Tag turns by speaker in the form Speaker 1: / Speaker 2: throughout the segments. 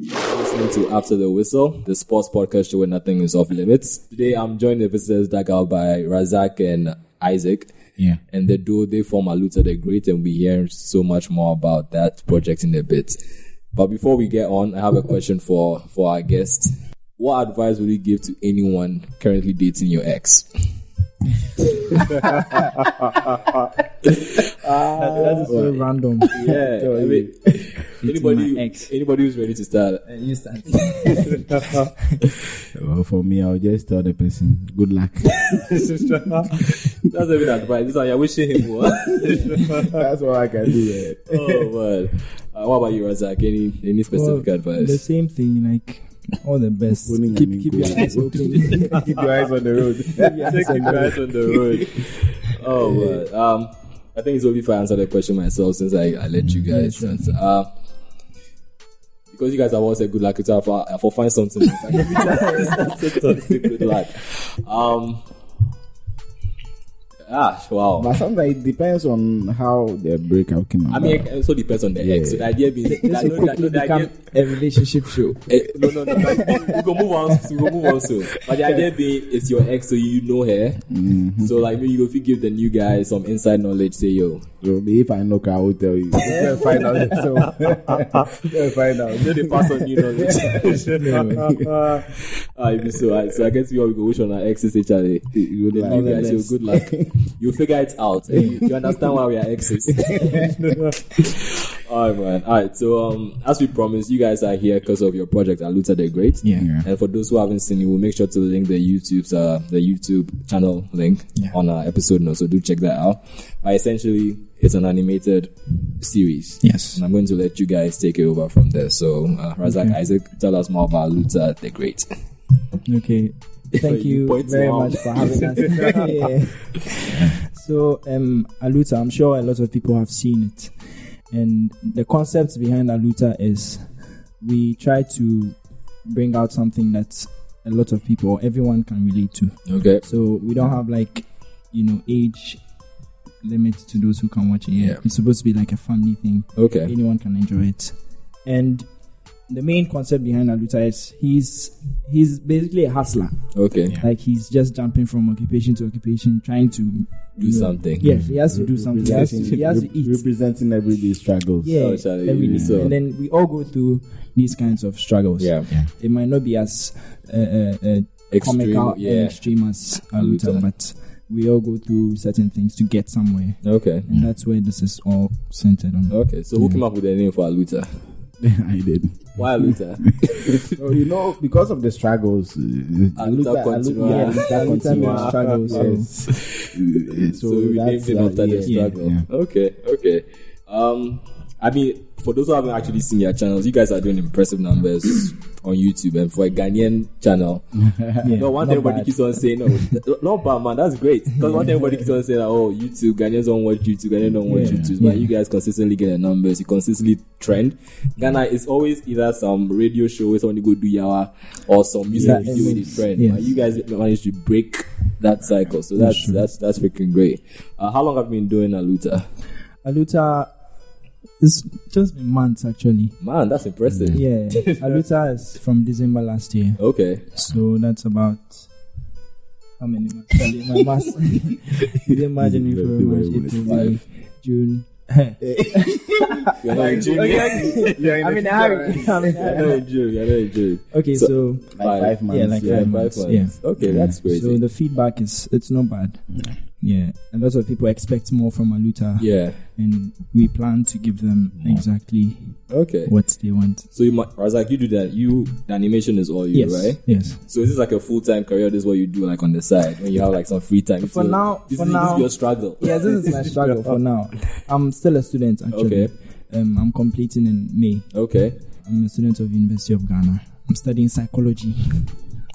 Speaker 1: listening to After the Whistle, the sports podcast show where nothing is off limits. Today, I'm joined the visitors dug out by Razak and Isaac.
Speaker 2: Yeah.
Speaker 1: And the duo, they form Aluta the Great, and we hear so much more about that project in a bit. But before we get on, I have a question for, for our guest. What advice would you give to anyone currently dating your ex?
Speaker 3: That's so random.
Speaker 1: Yeah,
Speaker 3: Tell
Speaker 1: I
Speaker 3: you.
Speaker 1: mean, anybody,
Speaker 3: my ex.
Speaker 1: anybody who's ready to start.
Speaker 3: You start.
Speaker 2: Well, for me, I'll just tell the person, good luck.
Speaker 1: That's a bit advice. This is how you're wishing him well.
Speaker 2: That's all I can do. eh? Yeah.
Speaker 1: oh man. Uh, what about you, Razak? Any any specific
Speaker 3: Well, The
Speaker 1: advice?
Speaker 3: same thing, like all the best.
Speaker 2: Pulling
Speaker 3: keep
Speaker 2: and
Speaker 3: keep your
Speaker 2: going.
Speaker 3: eyes open.
Speaker 2: Keep your eyes on the road.
Speaker 1: Advice on the road. oh man. Um, I think it's only if I answer the question myself since I, I let you guys answer. Uh, because you guys have all said good luck, it's I'll, I'll find something. else. I can be just- something good luck. Um. Ah, wow.
Speaker 2: But sometimes it depends on how the breakup came out.
Speaker 1: I mean, it also depends on the ex. So the idea being that,
Speaker 3: This will
Speaker 1: no, that, no,
Speaker 3: quickly
Speaker 1: the
Speaker 3: become
Speaker 1: idea,
Speaker 3: a relationship show.
Speaker 1: Eh, no, no, no. we go move on. We go move on soon. But the idea being, it's your ex, so you know her. So like, maybe you- if you give the new guy some inside knowledge, say yo,
Speaker 2: So maybe if I knock, I will tell you. Go and find out. So, go and find out.
Speaker 1: then they pass on new knowledge.
Speaker 2: Yeah.
Speaker 1: I be so. alright, So I guess we all go wish on our exes each other.
Speaker 2: Good
Speaker 1: The new guys,
Speaker 2: luck.
Speaker 1: yo, good luck. You figure it out. Eh, You, you understand why we are exes. all right, man. All right. So um, as we promised, you guys are here because of your project, Aluta the Great.
Speaker 2: Yeah. yeah.
Speaker 1: And for those who haven't seen it, we'll make sure to link the YouTube's uh, the YouTube channel link on our episode notes. So do check that out. But essentially, it's an animated series.
Speaker 4: Yes.
Speaker 1: And I'm going to let you guys take it over from there. So, uh, Razak Isaac, tell us more about Luther the Great.
Speaker 3: Okay. Thank
Speaker 1: You
Speaker 3: you
Speaker 1: point
Speaker 3: very
Speaker 1: now.
Speaker 3: much for having us. Yeah. So, um, Aluta, I'm sure a lot of people have seen it. And the concept behind Aluta is we try to bring out something that a lot of people, everyone can relate to.
Speaker 1: Okay.
Speaker 3: So we don't have like, you know, age limit to those who can watch it. Yeah.
Speaker 1: Yeah.
Speaker 3: It's supposed to be like a family thing.
Speaker 1: Okay.
Speaker 3: Anyone can enjoy it. And the main concept behind Aluta is he's he's basically a hustler.
Speaker 1: Okay.
Speaker 3: Like he's just jumping from occupation to occupation, trying to do
Speaker 1: Do something.
Speaker 3: Yes, he has to do something. He has to, he has to eat.
Speaker 2: Representing everyday struggles.
Speaker 3: Yeah,
Speaker 1: Oh, Charlie,
Speaker 3: every
Speaker 1: you
Speaker 3: day.
Speaker 1: so-
Speaker 3: and then we all go through these kinds of struggles.
Speaker 1: Yeah.
Speaker 3: It might not be as uh, uh, uh,
Speaker 1: Extreme.
Speaker 3: comical and
Speaker 1: yeah.
Speaker 3: extreme as
Speaker 1: Aluta.
Speaker 3: Aluta, but we all go through certain things to get somewhere.
Speaker 1: Okay.
Speaker 3: And that's where this is all centered on.
Speaker 1: Okay. So, who came up with the name for Luther?
Speaker 2: I did.
Speaker 1: Why Luther?
Speaker 2: So, Oh, you know, because of the struggles, uh,
Speaker 1: Aluta continua.
Speaker 2: yeah,
Speaker 3: Aluta
Speaker 2: Aluta continua.
Speaker 3: struggle, so-
Speaker 2: Yes. Uh,
Speaker 1: so, we named
Speaker 2: that's,
Speaker 1: him
Speaker 2: uh,
Speaker 1: after the
Speaker 2: yeah,
Speaker 1: struggle.
Speaker 2: yeah.
Speaker 1: Okay, okay. Um, I mean, for those who haven't actually seen your channels, you guys are doing impressive numbers on YouTube, and for a Ghanaian channel,
Speaker 3: Yeah,
Speaker 1: no, one
Speaker 3: not
Speaker 1: thing everybody
Speaker 3: bad.
Speaker 1: keeps on saying, no, th- not bad, man, that's great. Because one thing everybody keeps on saying, like, oh, YouTube, Ghanaians don't watch YouTube, Ghanaians don't watch
Speaker 2: Yeah,
Speaker 1: YouTube, but
Speaker 3: yeah.
Speaker 1: you guys consistently get the numbers, you consistently trend. Ghana is always either some radio show, somebody go do yawa, or some music
Speaker 3: Yes.
Speaker 1: video with his friend.
Speaker 3: Yes.
Speaker 1: But you guys managed to break that cycle, so that's that's that's freaking great. Uh, how long have you been doing Aluta?
Speaker 3: Aluta it's just been months actually.
Speaker 1: Man, that's impressive.
Speaker 3: Yeah, Aluta is from December last year,
Speaker 1: Okay.
Speaker 3: so that's about how many months? Sorry, my maths. you didn't imagine it
Speaker 2: Very well
Speaker 3: for much.
Speaker 2: worth
Speaker 3: April, May, June.
Speaker 1: You're not in jail yet.
Speaker 3: I mean, I, I mean,
Speaker 1: You're not in jail. You're not in jail.
Speaker 3: okay,
Speaker 1: So-
Speaker 3: so
Speaker 2: Like
Speaker 1: Five.
Speaker 2: five months.
Speaker 3: Yeah, like
Speaker 1: Yeah,
Speaker 3: five
Speaker 1: five
Speaker 3: months,
Speaker 1: months.
Speaker 3: yeah.
Speaker 1: Okay, that's crazy.
Speaker 3: So the feedback is it's not bad. Yeah, a lot of people expect more from Aluta,
Speaker 1: yeah.
Speaker 3: and we plan to give them exactly
Speaker 1: Okay.
Speaker 3: what they want.
Speaker 1: So you, mu- Razak, you do that. You the animation is all you,
Speaker 3: Yes,
Speaker 1: right?
Speaker 3: yes.
Speaker 1: So is this like a full time career? This is what you do, like on the side when you have like some free time. So
Speaker 3: For now-
Speaker 1: this
Speaker 3: for
Speaker 1: is, this
Speaker 3: now-
Speaker 1: is your struggle.
Speaker 3: Yeah, this is my struggle for now. I'm still a student actually.
Speaker 1: Okay.
Speaker 3: Um, I'm completing in May.
Speaker 1: Okay.
Speaker 3: I'm a student of University of Ghana. I'm studying psychology,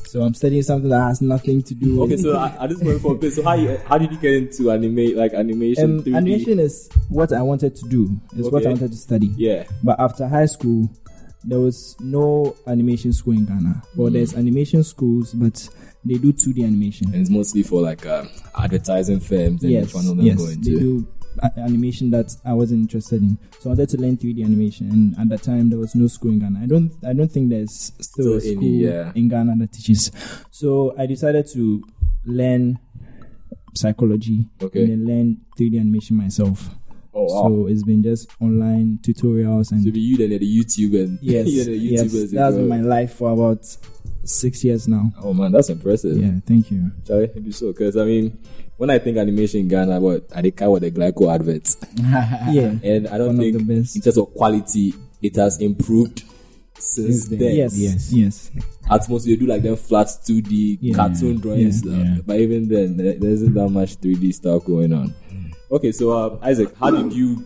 Speaker 3: so I'm studying something that has nothing to do.
Speaker 1: Okay.
Speaker 3: with
Speaker 1: So at at this point, for so how you, how did you get into anime like animation?
Speaker 3: um,
Speaker 1: 3D?
Speaker 3: animation is what I wanted to do. It's what I
Speaker 1: Okay.
Speaker 3: wanted to study.
Speaker 1: Yeah.
Speaker 3: But after high school, there was no animation school in Ghana.
Speaker 1: Mm.
Speaker 3: Well, there's animation schools, but they do 2D animation.
Speaker 1: And it's mostly for like um, advertising firms and
Speaker 3: yes,
Speaker 1: which one of them
Speaker 3: yes,
Speaker 1: going
Speaker 3: they
Speaker 1: to.
Speaker 3: do a- animation that I wasn't interested in. So I wanted to learn 3D animation, and at that time there was no school in Ghana. I don't I don't think there's still, a
Speaker 1: Still any,
Speaker 3: school
Speaker 1: yeah.
Speaker 3: in Ghana that teaches. So I decided to learn psychology
Speaker 1: Okay.
Speaker 3: and then learn 3D animation myself.
Speaker 1: Oh, wow.
Speaker 3: So it's been just online tutorials and
Speaker 1: So, be you then are the YouTuber.
Speaker 3: yes,
Speaker 1: you're the
Speaker 3: yes,
Speaker 1: YouTuber.
Speaker 3: that's been my life for about six years now.
Speaker 1: Oh man, that's impressive.
Speaker 3: Yeah, thank you.
Speaker 1: Charlie, it'd be so. Because I mean, when I think animation in Ghana, what I think I with the Glyco adverts,
Speaker 3: Yeah.
Speaker 1: and I don't
Speaker 3: One of
Speaker 1: think
Speaker 3: the best.
Speaker 1: in terms of quality, it has improved since
Speaker 2: Since then.
Speaker 1: then.
Speaker 3: Yes, yes,
Speaker 2: Yes.
Speaker 3: yes.
Speaker 1: At most, you do like them flat 2D
Speaker 3: Yeah.
Speaker 1: cartoon drawings,
Speaker 3: Yeah.
Speaker 1: uh,
Speaker 2: Yeah.
Speaker 1: but even then, there there isn't that much 3D stuff going on. Okay, so uh, Isaac, how did you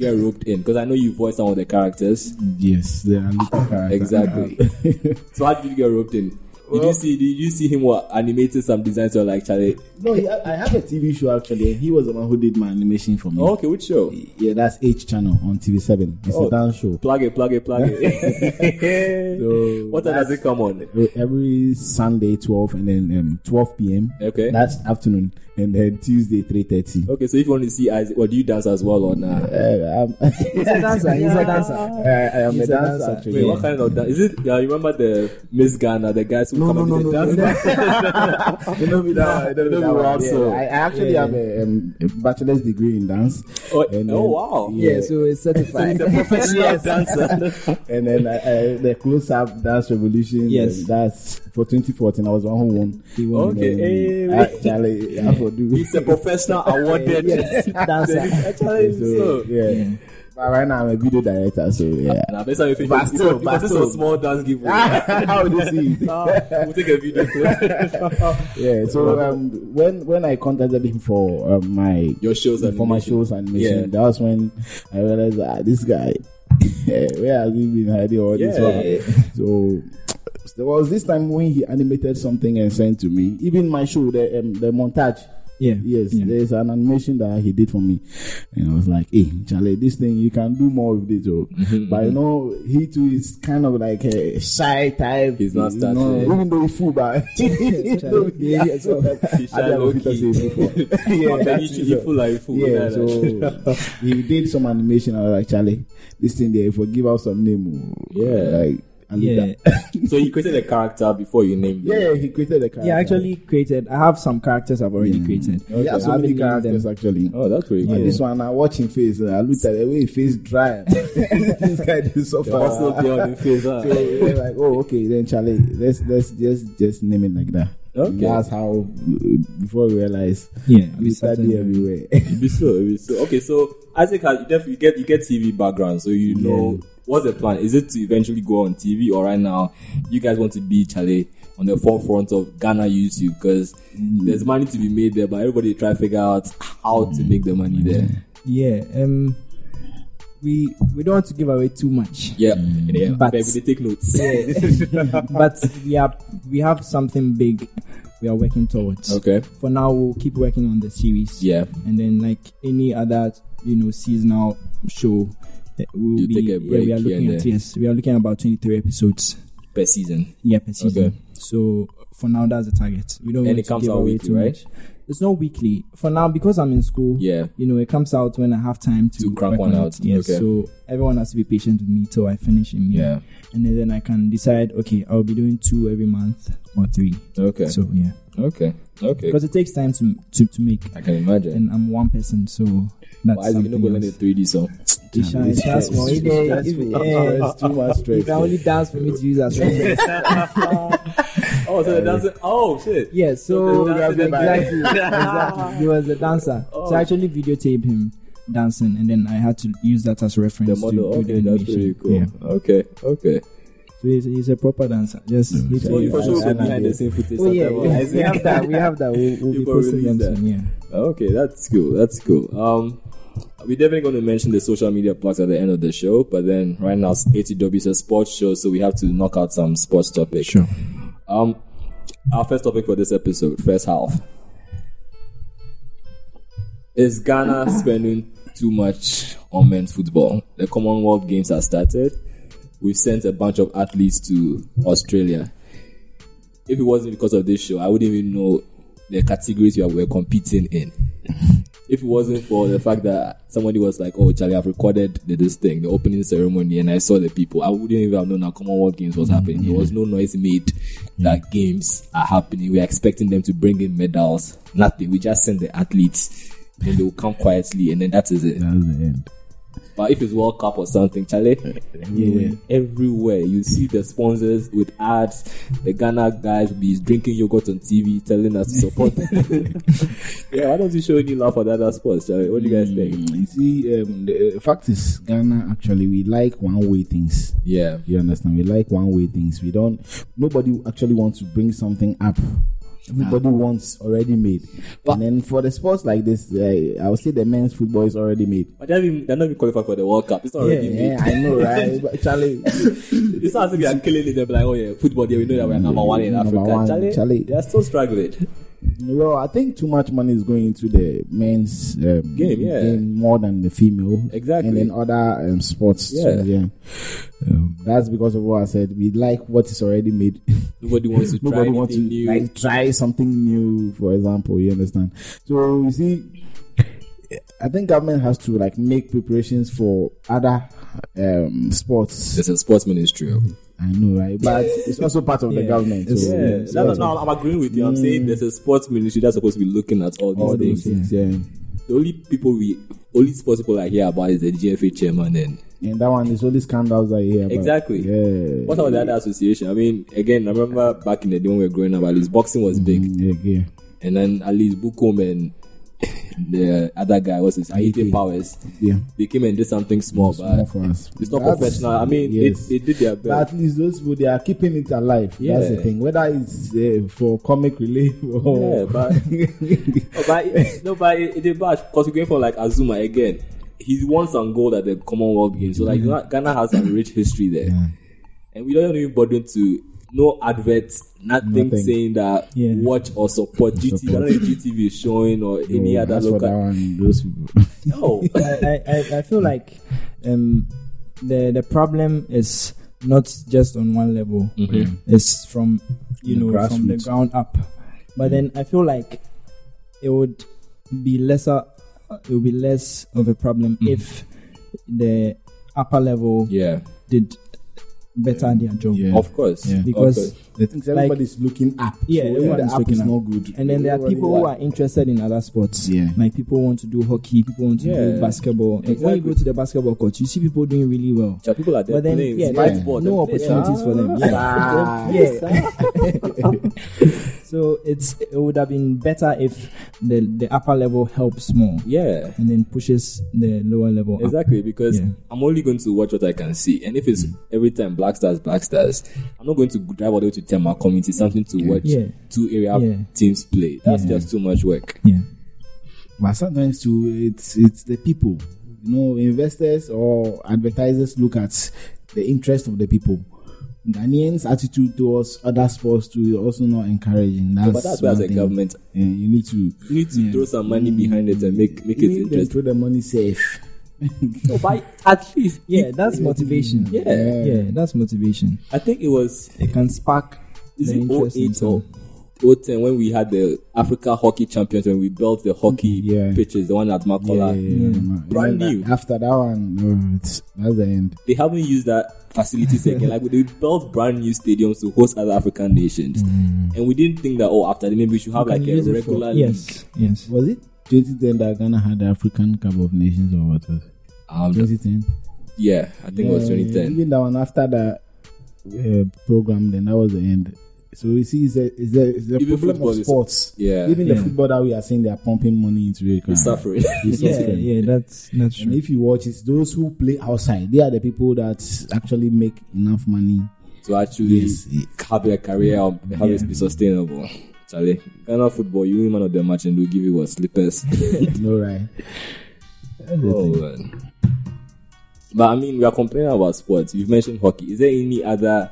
Speaker 1: get roped in? Because I know you voiced some of the characters.
Speaker 2: Yes, the Aluta character.
Speaker 1: Exactly. so how did you get roped in? did you see? Did you see him what animated some designs? Or like, Charlie?
Speaker 2: no, he, I have a TV show actually. He was the one who did my animation for me.
Speaker 1: Oh, okay, which show?
Speaker 2: Yeah, that's H channel on TV7. It's
Speaker 1: Oh.
Speaker 2: a dance show.
Speaker 1: Plug it, plug it, plug it.
Speaker 2: So
Speaker 1: what time does it come on?
Speaker 2: E-, every Sunday 12 and then um, 12 p.m.
Speaker 1: Okay.
Speaker 2: That's afternoon and then Tuesday 3:30.
Speaker 1: Okay, so if you want to see Isaac, or do you dance as well or not?
Speaker 2: Uh, um, he's a dancer. He's a dancer. I am
Speaker 3: He's
Speaker 2: a dancer.
Speaker 3: a dancer.
Speaker 2: actually.
Speaker 1: Wait, what kind of dance? Is it? Yeah, you remember the Miss Ghana, the guys who
Speaker 2: No,
Speaker 1: come
Speaker 2: no,
Speaker 1: and
Speaker 2: no,
Speaker 1: do
Speaker 2: no,
Speaker 1: the
Speaker 2: no,
Speaker 1: dance?
Speaker 2: You know me that.
Speaker 1: You know me well, so.
Speaker 2: I I actually have a, um, a bachelor's degree in dance.
Speaker 1: Oh,
Speaker 2: And
Speaker 1: oh,
Speaker 2: then-
Speaker 1: wow!
Speaker 2: Yeah,
Speaker 3: so it's certified.
Speaker 1: Professional dancer.
Speaker 2: and then I, I, the close up dance revolution.
Speaker 3: Yes.
Speaker 2: um, that's for 2014. I was the one who won.
Speaker 3: He won.
Speaker 1: Okay, hey,
Speaker 2: And then, uh, Charlie, I for do.
Speaker 1: He's a professional awarded
Speaker 3: dancer.
Speaker 1: Actually,
Speaker 2: So,
Speaker 1: so.
Speaker 2: yeah. But right now I'm a video director, so yeah.
Speaker 1: Nah, next time you finish,
Speaker 2: But
Speaker 1: if-
Speaker 2: still,
Speaker 1: if
Speaker 2: but
Speaker 1: this is
Speaker 2: still.
Speaker 1: a small dance giveaway.
Speaker 2: How would you see? it?
Speaker 1: we'll take a video. clip.
Speaker 2: Yeah. So um, when when I contacted him for um, my
Speaker 1: Your shows and
Speaker 2: for my shows animation,
Speaker 1: Yeah.
Speaker 2: that was when I realized ah, this guy, eh, where has he been hiding all this while? So there was this time when he animated something and sent to me. Even my show, the um, the montage.
Speaker 3: Yeah.
Speaker 2: Yes,
Speaker 3: Yeah.
Speaker 2: there's an animation that he did for me, and I was like, "Hey, Charlie, this thing you can do more with it, oh." But you know, he too is kind of like a shy type.
Speaker 1: He's not
Speaker 2: you
Speaker 1: starting.
Speaker 2: know, even though he's full, but
Speaker 3: Charlie, yeah, yeah, so-
Speaker 1: He's shy, low-key.
Speaker 2: yeah,
Speaker 1: Then you-
Speaker 2: that's it,
Speaker 1: you
Speaker 2: so-
Speaker 1: feel like fool,
Speaker 2: yeah,
Speaker 1: like that.
Speaker 2: so he did some animation. I was like, Charlie, this thing there, if we give out some name, oh,
Speaker 1: Yeah.
Speaker 2: like, and
Speaker 3: Yeah.
Speaker 2: that-
Speaker 1: so you created a character before you named it.
Speaker 2: yeah, he created a character.
Speaker 3: Yeah, actually created. I have some characters I've
Speaker 1: Mm.
Speaker 3: already created.
Speaker 2: he has so
Speaker 3: I've
Speaker 2: many
Speaker 3: been named
Speaker 2: characters
Speaker 3: them.
Speaker 2: actually.
Speaker 1: Oh, that's pretty
Speaker 2: But
Speaker 1: cool.
Speaker 2: this one, I watch him face. uh, I looked at the way his face dry. this guy is so far.
Speaker 1: Hustle there on the face, huh?
Speaker 2: So we're like, oh, okay, then Charlie, let's let's just just name it like that.
Speaker 1: Okay.
Speaker 2: That's how uh, before we realize
Speaker 3: Yeah,
Speaker 2: we
Speaker 3: we
Speaker 2: study
Speaker 3: started-
Speaker 2: everywhere.
Speaker 1: It'd be so, it'd be so. Okay, so Isaac, has, you definitely get you get TV background, so you know what's the plan. Is it to eventually go on TV, or right now you guys want to be Chale on the forefront of Ghana YouTube because
Speaker 3: Mm.
Speaker 1: there's money to be made there, but everybody try to figure out how
Speaker 3: Mm.
Speaker 1: to make the money there.
Speaker 3: Yeah. Um, we we don't want to give away too much.
Speaker 1: Yeah, yeah.
Speaker 3: Mm. But-
Speaker 1: Maybe they take notes.
Speaker 3: but we are we have something big we are working towards.
Speaker 1: okay.
Speaker 3: For now, we'll keep working on the series.
Speaker 1: Yeah.
Speaker 3: and then like any other you know seasonal show. eh, We'll
Speaker 1: You
Speaker 3: be,
Speaker 1: take a break
Speaker 3: yeah, we are
Speaker 1: here
Speaker 3: looking
Speaker 1: and
Speaker 3: at
Speaker 1: there.
Speaker 3: yes, we are looking at about twenty three episodes.
Speaker 1: Per season.
Speaker 3: Yeah, per season.
Speaker 1: Okay.
Speaker 3: So for now, that's the target. We don't
Speaker 1: And
Speaker 3: want
Speaker 1: it
Speaker 3: to
Speaker 1: comes
Speaker 3: give
Speaker 1: out
Speaker 3: away
Speaker 1: weekly,
Speaker 3: too
Speaker 1: right?
Speaker 3: much. It's not weekly for now because I'm in school.
Speaker 1: Yeah.
Speaker 3: you know, it comes out when I have time to,
Speaker 1: To crank
Speaker 3: work
Speaker 1: one
Speaker 3: on it.
Speaker 1: out.
Speaker 3: Yes,
Speaker 1: Okay.
Speaker 3: so everyone has to be patient with me till I finish in May.
Speaker 1: Yeah.
Speaker 3: and then, then I can decide. Okay, I'll be doing two every month or three.
Speaker 1: Okay.
Speaker 3: So yeah,
Speaker 1: okay. Okay.
Speaker 3: because it takes time to to, to make,
Speaker 1: I can imagine.
Speaker 3: and I'm one person, so that's
Speaker 1: But Isaac, you know, go
Speaker 3: something
Speaker 1: learn the
Speaker 3: else.
Speaker 1: 3D song.
Speaker 3: Isha, Isha,
Speaker 2: Stress,
Speaker 3: small, you know,
Speaker 2: stress,
Speaker 3: if- eh,
Speaker 2: stress, too much
Speaker 3: You can
Speaker 2: stress.
Speaker 3: only dance for me to use as reference.
Speaker 1: Oh, so the dancer. Oh shit.
Speaker 3: Yeah, so
Speaker 1: So the dancer
Speaker 3: exactly, exactly. He was a dancer. So I actually videotaped him dancing, and then I had to use that as reference
Speaker 1: The
Speaker 3: to
Speaker 1: model.
Speaker 3: do the
Speaker 1: Okay, that's
Speaker 3: animation.
Speaker 1: pretty cool.
Speaker 3: Yeah.
Speaker 1: Okay. Okay.
Speaker 3: So he's, he's a proper dancer. Yes. he
Speaker 1: Mm. So you for sure
Speaker 2: Yeah,
Speaker 1: will be
Speaker 2: yeah,
Speaker 1: behind
Speaker 2: yeah.
Speaker 1: the same footage.
Speaker 3: Oh yeah,
Speaker 1: sometime,
Speaker 3: yeah.
Speaker 1: Isaac.
Speaker 3: we have that. We have that. We'll, we'll
Speaker 1: You
Speaker 3: be
Speaker 1: can
Speaker 3: posting them
Speaker 1: release that.
Speaker 3: soon. Yeah.
Speaker 1: Okay, that's cool. That's cool. Um, we're definitely going to mention the social media plugs at the end of the show, but then right now it's ATW is a sports show, so we have to knock out some sports topics.
Speaker 3: Sure.
Speaker 1: Um, our first topic for this episode, first half, is Ghana spending too much on men's football. The Commonwealth Games have started. We've sent a bunch of athletes to Australia. If it wasn't because of this show, I wouldn't even know the categories we are- we're competing in. if it wasn't for the fact that somebody was like, "Oh, Charlie, I've recorded the, this thing, the opening ceremony, and I saw the people," I wouldn't even have known how Commonwealth Games was happening. There was no noise made that games are happening. We are expecting them to bring in medals. Nothing. We just send the athletes, then they will come quietly, and then that is it.
Speaker 2: That's the end.
Speaker 1: But if it's World Cup or something, Charlie, everywhere, everywhere you see the sponsors with ads. The Ghana guys will be drinking yogurt on TV, telling us to support. them. yeah, why don't you show any love for the other sports, Charlie? What do you guys think?
Speaker 2: You see, um, the uh, fact is, Ghana actually we like one way things.
Speaker 1: Yeah,
Speaker 2: You understand? We like one way things. We don't. Nobody actually wants to bring something up.
Speaker 1: Ah.
Speaker 2: Everybody wants already made. and then for the sports like this, uh, I would say the men's football is already made.
Speaker 1: but they're not even- they're not even qualified for the World Cup. It's not already made.
Speaker 2: Yeah, I know, right? but Charlie,
Speaker 1: It's not as if they are killing it. They're like, oh yeah, football. Yeah, we know that we're number one in
Speaker 2: Number
Speaker 1: Africa.
Speaker 2: one,
Speaker 1: Charlie,
Speaker 2: Charlie.
Speaker 1: they are still struggling.
Speaker 2: well, I think too much money is going into the men's um,
Speaker 1: Game, yeah.
Speaker 2: game more than the female.
Speaker 1: Exactly.
Speaker 2: And then other um, sports. too,
Speaker 1: Yeah.
Speaker 2: yeah. Um, that's because of what I said. We like what is already made.
Speaker 1: Nobody wants to try
Speaker 2: Nobody wants to
Speaker 1: anything new.
Speaker 2: like try something new, for example. You understand? So you see, I think government has to like make preparations for other um sports.
Speaker 1: There's a sports ministry.
Speaker 2: I know, right? But it's also part of the
Speaker 3: Yeah.
Speaker 2: government.
Speaker 3: It's-
Speaker 2: So
Speaker 1: Yeah,
Speaker 2: it's
Speaker 1: no, no,
Speaker 2: part
Speaker 1: no, I'm agreeing with you. I'm saying there's a sports ministry that's supposed to be looking at all
Speaker 2: of
Speaker 1: these
Speaker 2: Mm. all
Speaker 1: things.
Speaker 2: those things. Yeah.
Speaker 1: The only people we, only sports people I hear about is the GFA chairman. And
Speaker 2: And that one is only scandals that you hear about.
Speaker 1: Exactly.
Speaker 2: Yeah.
Speaker 1: what about the other association? I mean, again, I remember back in the day when we were growing up, at least boxing was big,
Speaker 2: Yeah, yeah.
Speaker 1: and then at least Bukum and the other guy was his Aite
Speaker 2: Aite.
Speaker 1: Powers.
Speaker 2: yeah.
Speaker 1: They came and did something small,
Speaker 2: Small
Speaker 1: but
Speaker 2: for us.
Speaker 1: it's not
Speaker 2: That's-
Speaker 1: professional. I mean,
Speaker 2: yes.
Speaker 1: they, they did their
Speaker 2: But
Speaker 1: best.
Speaker 2: at least those people, they are keeping it alive. That's the
Speaker 1: Yeah.
Speaker 2: thing. Whether it's uh, for comic relief
Speaker 1: Yeah,
Speaker 2: or
Speaker 1: but No, Oh, but it, no, but it, it did bad because we're going for like Azuma again. He won some gold at the Commonwealth Games, so like Ghana- Ghana has some rich history there, and we don't even bother to no adverts, nothing,
Speaker 2: Nothing.
Speaker 1: saying that
Speaker 3: Yeah.
Speaker 1: watch or support GTV. I don't know if GTV is showing or any
Speaker 2: Oh,
Speaker 1: other
Speaker 2: as for that
Speaker 1: local.
Speaker 2: one, those people.
Speaker 1: No,
Speaker 3: I, I, I- I feel like um, the the problem is not just on one level. It's from you
Speaker 2: The
Speaker 3: know from the
Speaker 2: grassroots.
Speaker 3: ground up. But then I feel like it would be lesser. It would be less of a problem if the upper level
Speaker 1: yeah,
Speaker 3: did better their job.
Speaker 2: Yeah.
Speaker 1: of course,
Speaker 2: Yeah.
Speaker 1: Of
Speaker 3: Because
Speaker 1: course.
Speaker 2: The things
Speaker 3: Like-
Speaker 2: everybody's looking up.
Speaker 3: Yeah,
Speaker 2: so when
Speaker 3: everyone
Speaker 2: the
Speaker 3: is
Speaker 2: app
Speaker 3: looking
Speaker 2: is
Speaker 3: up.
Speaker 2: not good.
Speaker 3: And then there are
Speaker 2: everybody-
Speaker 3: people who are interested in other sports.
Speaker 2: Yeah.
Speaker 3: Like people want to do hockey, people want to
Speaker 1: Yeah.
Speaker 3: do basketball. And when you
Speaker 1: Exactly.
Speaker 3: go to the basketball court, you see people doing really well.
Speaker 1: Child, people are there
Speaker 3: But then,
Speaker 1: playing
Speaker 3: yeah,
Speaker 1: white
Speaker 2: yeah.
Speaker 1: ball,
Speaker 3: no
Speaker 1: they're playing-
Speaker 3: opportunities for them. Yeah.
Speaker 2: Ah.
Speaker 3: yeah. so it's it would have been better if the the upper level helps more
Speaker 1: yeah.
Speaker 3: and then pushes the lower level. up.
Speaker 1: Exactly, because
Speaker 3: Yeah.
Speaker 1: I'm only going to watch what I can see. And if it's every time Black Stars, Black Stars, I'm not going to drive all the way to Tema Community, something to watch
Speaker 3: Yeah.
Speaker 1: two area
Speaker 3: Yeah.
Speaker 1: teams play. That's
Speaker 3: Yeah.
Speaker 1: just too much work.
Speaker 3: Yeah.
Speaker 2: But sometimes too, it's it's the people, you know, investors or advertisers look at the interest of the people. Ghanaians' attitude towards other sports too is also not encouraging. That's
Speaker 1: But that's why as
Speaker 2: one
Speaker 1: a
Speaker 2: thing.
Speaker 1: government,
Speaker 2: Yeah, you need to
Speaker 1: you need to throw some money behind it and make, make it
Speaker 2: you need to
Speaker 1: interesting.
Speaker 2: throw the money safe.
Speaker 1: No, but at least,
Speaker 3: Yeah, that's motivation.
Speaker 1: Yeah.
Speaker 3: Yeah, that's motivation.
Speaker 1: I think it was
Speaker 3: It can spark
Speaker 1: is
Speaker 3: the
Speaker 1: it
Speaker 3: interest in
Speaker 1: 08 or
Speaker 3: some-
Speaker 1: 010 when we had the Africa Hockey Champions, when we built the hockey
Speaker 2: Yeah.
Speaker 1: pitches, the one at Makola.
Speaker 2: man.
Speaker 1: Brand
Speaker 2: Yeah,
Speaker 1: new.
Speaker 2: that- After that one, no, it's that's the end.
Speaker 1: they haven't used that facilities again. like they built brand new stadiums to host other African nations, and we didn't think that oh, after the maybe we should have
Speaker 3: Can
Speaker 1: like
Speaker 3: you
Speaker 1: a
Speaker 3: Mm. use it for-
Speaker 1: regular league.
Speaker 3: Yes. Yes.
Speaker 2: Was it 2010 that Ghana had the African Cup of Nations or what was it?
Speaker 1: Um,
Speaker 2: 2010?
Speaker 1: yeah, I think it was
Speaker 2: Yeah,
Speaker 1: 2010.
Speaker 2: Even that one after that uh, program, then that was the end. So you see, it's a, it's a, it's a
Speaker 1: Even
Speaker 2: problem
Speaker 1: football
Speaker 2: of
Speaker 1: is-
Speaker 2: sports.
Speaker 1: yeah.
Speaker 2: Even the
Speaker 3: Yeah.
Speaker 2: football that we are saying, they are pumping money into it.
Speaker 1: We're suffering.
Speaker 2: It's
Speaker 3: Yeah,
Speaker 2: suffering.
Speaker 3: yeah, that's that's
Speaker 2: And
Speaker 3: true.
Speaker 2: if you watch, it's those who play outside. They are the people that actually make enough money.
Speaker 1: to actually
Speaker 2: Yes.
Speaker 1: have a career or have it be sustainable. Charlie, Ghana football, you win man of the match and they'll give you what slippers.
Speaker 2: no, right?
Speaker 1: oh, man. But I mean, we are complaining about sports. You've mentioned hockey. Is there any other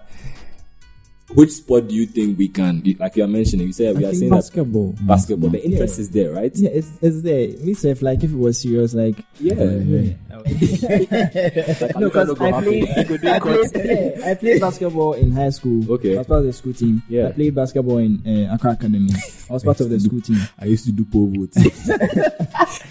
Speaker 1: which sport do you think we can? Like you are mentioning, you said we
Speaker 3: I
Speaker 1: are
Speaker 3: think
Speaker 1: saying that
Speaker 3: basketball.
Speaker 1: basketball. The interest is there, right?
Speaker 3: Mm. Yeah, it's, it's there. Me self, like if it was serious, like
Speaker 1: Yeah.
Speaker 3: no, because I played, I played, yeah, I played basketball in high school.
Speaker 1: Okay.
Speaker 3: I was part of the school team.
Speaker 1: Yeah.
Speaker 3: I played basketball in uh, Accra Academy. I was part of the school team.
Speaker 4: I used to do pole vault.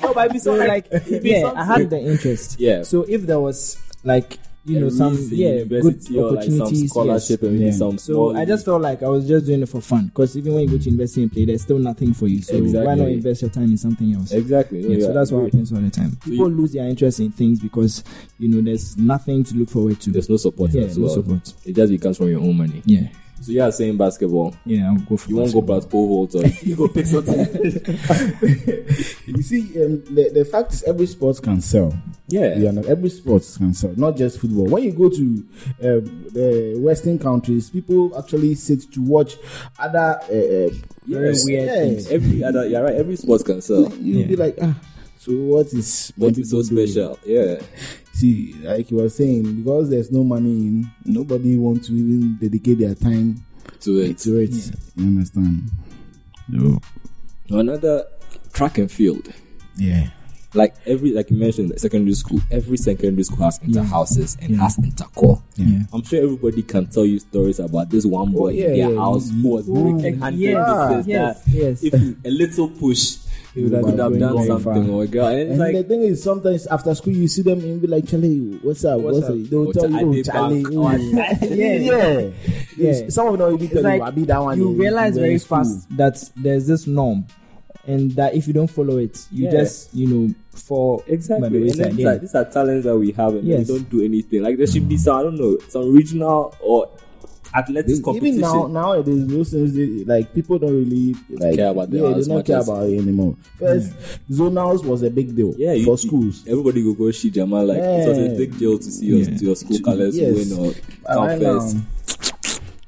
Speaker 3: No, but so like, yeah, I had the interest.
Speaker 1: Yeah.
Speaker 3: So if there was like you
Speaker 1: A
Speaker 3: know some
Speaker 1: reason,
Speaker 3: yeah good
Speaker 1: university or like some
Speaker 3: opportunities,
Speaker 1: scholarship
Speaker 3: yes.
Speaker 1: and maybe
Speaker 2: Yeah.
Speaker 1: some
Speaker 3: So
Speaker 1: small-
Speaker 3: I just felt like I was just doing it for fun. Because even when you go to university and play, there's still nothing for you. So why not
Speaker 1: Exactly.
Speaker 3: invest your time in something else?
Speaker 1: exactly. No,
Speaker 3: Yeah,
Speaker 1: yeah,
Speaker 3: so that's what
Speaker 1: agree.
Speaker 3: happens all the time.
Speaker 1: you-
Speaker 3: People lose their interest in things because you know there's nothing to look forward to.
Speaker 1: There's no support
Speaker 3: yeah,
Speaker 1: as
Speaker 3: no
Speaker 1: well.
Speaker 3: support.
Speaker 1: It just becomes from your own money.
Speaker 3: Yeah,
Speaker 1: So you are saying basketball.
Speaker 3: yeah, I'll go for
Speaker 1: You won't go past pole vault or you go pick something.
Speaker 2: You see, um, the, the fact is, every sport can sell.
Speaker 1: Yeah.
Speaker 2: Yeah, no, every sport can sell, not just football. When you go to uh, the Western countries, people actually sit to watch other. Uh, uh,
Speaker 3: Very
Speaker 1: Yes.
Speaker 3: weird
Speaker 2: yeah.
Speaker 3: things.
Speaker 1: Every other, you're right. Every sport can sell.
Speaker 2: You'll be like, ah, so what is
Speaker 1: What is so
Speaker 2: people doing?"
Speaker 1: special? Yeah.
Speaker 2: See, like you were saying, because there's no money in, nobody wants to even dedicate their time
Speaker 1: To it.
Speaker 2: to it. You understand? No.
Speaker 1: Another track and field.
Speaker 2: Yeah.
Speaker 1: Like every, like you mentioned, secondary school. Every secondary school has inter houses and has intercore.
Speaker 2: Yeah.
Speaker 1: I'm sure everybody can tell you stories about this one boy
Speaker 2: yeah,
Speaker 1: in their
Speaker 2: yeah.
Speaker 1: house who was breaking handed
Speaker 3: Oh, yes,
Speaker 1: this,
Speaker 3: yes,
Speaker 1: this, that.
Speaker 3: yes.
Speaker 1: If you- a little push, you
Speaker 3: would have
Speaker 1: could
Speaker 3: been
Speaker 1: have
Speaker 3: going
Speaker 1: done
Speaker 3: very
Speaker 1: something
Speaker 3: far.
Speaker 1: or a girl. And it's
Speaker 2: And the
Speaker 1: like,
Speaker 2: thing is, sometimes after school, you see them and be like, Charlie, what's up? What's,
Speaker 3: What's
Speaker 2: up?
Speaker 3: up?
Speaker 2: They'll
Speaker 1: Oh,
Speaker 2: tell
Speaker 1: Cha- I
Speaker 2: you, oh,
Speaker 1: did
Speaker 2: Charlie.
Speaker 1: back.
Speaker 2: ooh."
Speaker 3: Yeah.
Speaker 2: yeah.
Speaker 3: Yeah.
Speaker 2: Some of them will even tell
Speaker 3: like
Speaker 2: you, I be that one.
Speaker 3: you
Speaker 2: in-
Speaker 3: realize
Speaker 2: in
Speaker 3: very
Speaker 2: school."
Speaker 3: fast that there's this norm, and that if you don't follow it, you
Speaker 1: Yeah.
Speaker 3: just you know fall
Speaker 1: Exactly.
Speaker 3: By the
Speaker 1: And then
Speaker 3: wayside,
Speaker 1: it's
Speaker 3: yeah.
Speaker 1: like, these are talents that we have and
Speaker 3: Yes.
Speaker 1: we don't do anything. Like there should be some, I don't know, some regional or athletics competition.
Speaker 2: Even now, nowadays, those things they, like people don't really like
Speaker 1: Care about them
Speaker 2: yeah, they
Speaker 1: as
Speaker 2: don't
Speaker 1: much
Speaker 2: care
Speaker 1: as-
Speaker 2: about it anymore. First, zonals was a big deal
Speaker 1: yeah, you-
Speaker 2: for schools.
Speaker 1: Everybody go go see Jamal. Like it was a
Speaker 2: Yeah.
Speaker 1: big deal to see your,
Speaker 3: Yeah.
Speaker 1: to your school colors
Speaker 2: yes.
Speaker 1: win or
Speaker 2: And
Speaker 1: come
Speaker 2: right
Speaker 1: first.
Speaker 2: now,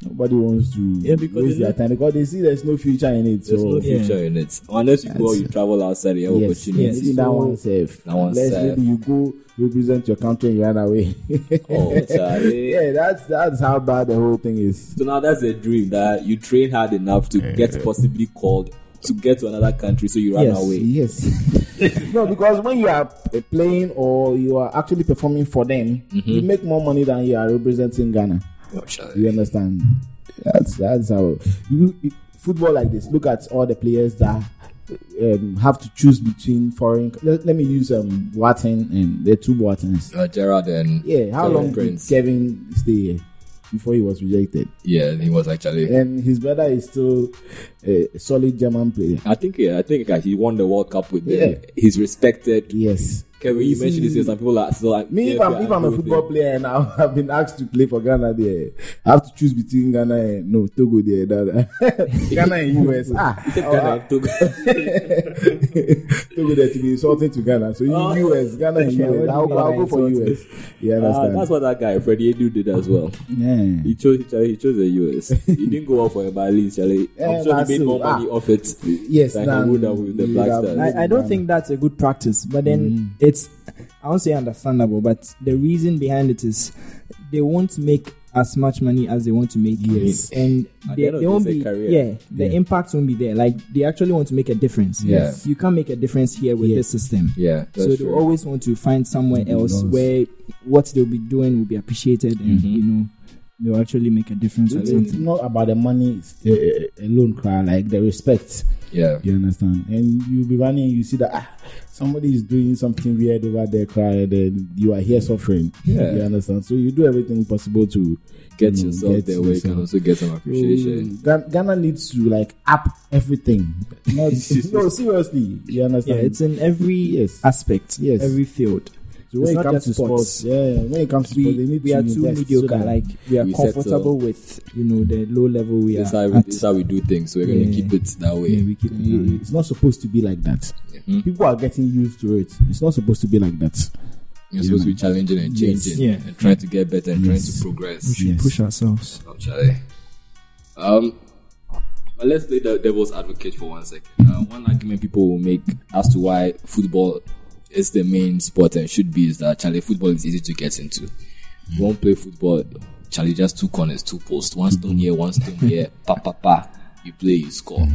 Speaker 2: nobody wants to
Speaker 1: Yeah, because
Speaker 2: waste
Speaker 1: they
Speaker 2: their
Speaker 1: don't-
Speaker 2: time because they see there's no future in it.
Speaker 1: There's
Speaker 2: so
Speaker 1: no future in it unless you go, you travel outside, you have
Speaker 2: yes, yes,
Speaker 1: opportunities.
Speaker 2: see that
Speaker 3: So-
Speaker 2: one safe.
Speaker 1: That one
Speaker 2: Unless
Speaker 1: safe.
Speaker 2: maybe you go represent your country and you run away.
Speaker 1: Oh, Charlie.
Speaker 2: yeah, that's that's how bad the whole thing is.
Speaker 1: So now that's a dream that you train hard enough to get possibly called to get to another country, so you run
Speaker 3: Yes.
Speaker 1: away.
Speaker 2: Yes. no, because when you are uh, playing or you are actually performing for them, you make more money than you are representing Ghana.
Speaker 1: Oh,
Speaker 2: You understand? That's that's how you, you- football like this. Look at all the players that um, have to choose between foreign. Let, let me use um Watson and the two Wattens.
Speaker 1: Uh, Gerard and
Speaker 2: Yeah, how
Speaker 1: Kevin
Speaker 2: long
Speaker 1: Prince.
Speaker 2: did Kevin stay here before he was rejected?
Speaker 1: Yeah, he was actually.
Speaker 2: And his brother is still a solid German player.
Speaker 1: I think yeah, I think uh, he won the World Cup with them.
Speaker 2: Yeah.
Speaker 1: He's respected.
Speaker 2: Yes.
Speaker 1: Kevin, you mentioned this. here, Some people are still like
Speaker 2: Me,
Speaker 1: yeah,
Speaker 2: if I'm,
Speaker 1: yeah,
Speaker 2: if I'm a
Speaker 1: go
Speaker 2: football
Speaker 1: with
Speaker 2: player and I- I've been asked to play for Ghana, there, I have to choose between Ghana and no Togo. There, that, that. Ghana and US. Ah,
Speaker 1: it. Take Ghana and Togo.
Speaker 2: Togo there to be insulting to Ghana. So you US, Ghana and US. I'll, I'll go for US. You
Speaker 1: Oh. Ah,
Speaker 2: understand?
Speaker 1: that's what that guy Freddie Edu did as well.
Speaker 2: yeah.
Speaker 1: He chose Charlie, he chose the US. he didn't go out for a Bali, Charlie.
Speaker 2: Eh,
Speaker 1: I'm sure
Speaker 2: that's
Speaker 1: he made more
Speaker 2: it.
Speaker 1: money
Speaker 2: Ah.
Speaker 1: off it.
Speaker 2: Yes,
Speaker 1: than
Speaker 2: than
Speaker 1: he would have with the
Speaker 2: he
Speaker 1: Black
Speaker 2: would have
Speaker 1: Stars.
Speaker 2: made.
Speaker 3: I, I don't think that's a good practice, but then
Speaker 1: Mm-hmm.
Speaker 3: it's I won't say understandable, but the reason behind it is they won't make as much money as they want to make
Speaker 2: Yes.
Speaker 3: and
Speaker 1: At the
Speaker 3: they,
Speaker 1: end of
Speaker 3: they
Speaker 1: the
Speaker 3: won't
Speaker 1: day,
Speaker 3: be
Speaker 1: career.
Speaker 3: yeah the
Speaker 2: Yeah.
Speaker 3: impact won't be there like they actually want to make a difference
Speaker 1: Yeah.
Speaker 3: you can't make a difference here with
Speaker 2: Yeah.
Speaker 3: this system
Speaker 1: Yeah,
Speaker 3: so they always want to find somewhere else where what they'll be doing will be appreciated and you know they'll actually make a difference or
Speaker 2: It's it's
Speaker 3: something
Speaker 2: not about the money uh, uh, alone, cry like the respect.
Speaker 1: yeah.
Speaker 2: You understand? And you be running, you see that ah, somebody is doing something weird over there, cry, then you are here suffering.
Speaker 1: Yeah.
Speaker 2: You understand? So you do everything possible to
Speaker 1: Get
Speaker 2: you know,
Speaker 1: yourself
Speaker 2: get
Speaker 1: there where you can
Speaker 2: yourself.
Speaker 1: also get some appreciation.
Speaker 2: Mm, Ghan- Ghana needs to like up everything. Not, no, seriously, you
Speaker 3: yeah
Speaker 2: understand?
Speaker 3: it's in every
Speaker 2: Yes.
Speaker 3: aspect
Speaker 2: Yes.
Speaker 3: every field
Speaker 2: so when
Speaker 3: it's
Speaker 2: it
Speaker 3: not
Speaker 2: comes
Speaker 3: just
Speaker 2: to sports,
Speaker 3: sports.
Speaker 2: yeah, when it comes to
Speaker 3: we,
Speaker 2: sports, they need
Speaker 3: we
Speaker 2: to
Speaker 3: are too
Speaker 2: invest
Speaker 3: mediocre.
Speaker 2: so that-
Speaker 3: like we are
Speaker 1: we settle.
Speaker 3: comfortable with you know the low level we
Speaker 1: This
Speaker 3: are
Speaker 1: how we,
Speaker 3: at.
Speaker 1: this how we do things. We're gonna
Speaker 3: Yeah.
Speaker 1: keep it that way.
Speaker 3: yeah, Hmm. we keep it that way.
Speaker 2: Mm, it's not supposed to be like that.
Speaker 1: Mhm.
Speaker 2: People are getting used to it. It's not supposed to be like that.
Speaker 1: You're supposed to be challenging and
Speaker 2: Yes.
Speaker 1: changing
Speaker 3: Yeah.
Speaker 1: and trying to get better and
Speaker 2: Yes.
Speaker 1: trying to progress.
Speaker 2: should Yes.
Speaker 3: push ourselves.
Speaker 1: Oh, Charlie. Um, but let's play the devil's advocate for one second. Uh, one argument people will make as to why football is the main sport and should be is that Charlie football is easy to get into. You won't play football Charlie, just two corners, two posts, one stone here, one stone here, pa pa pa. You play, you score.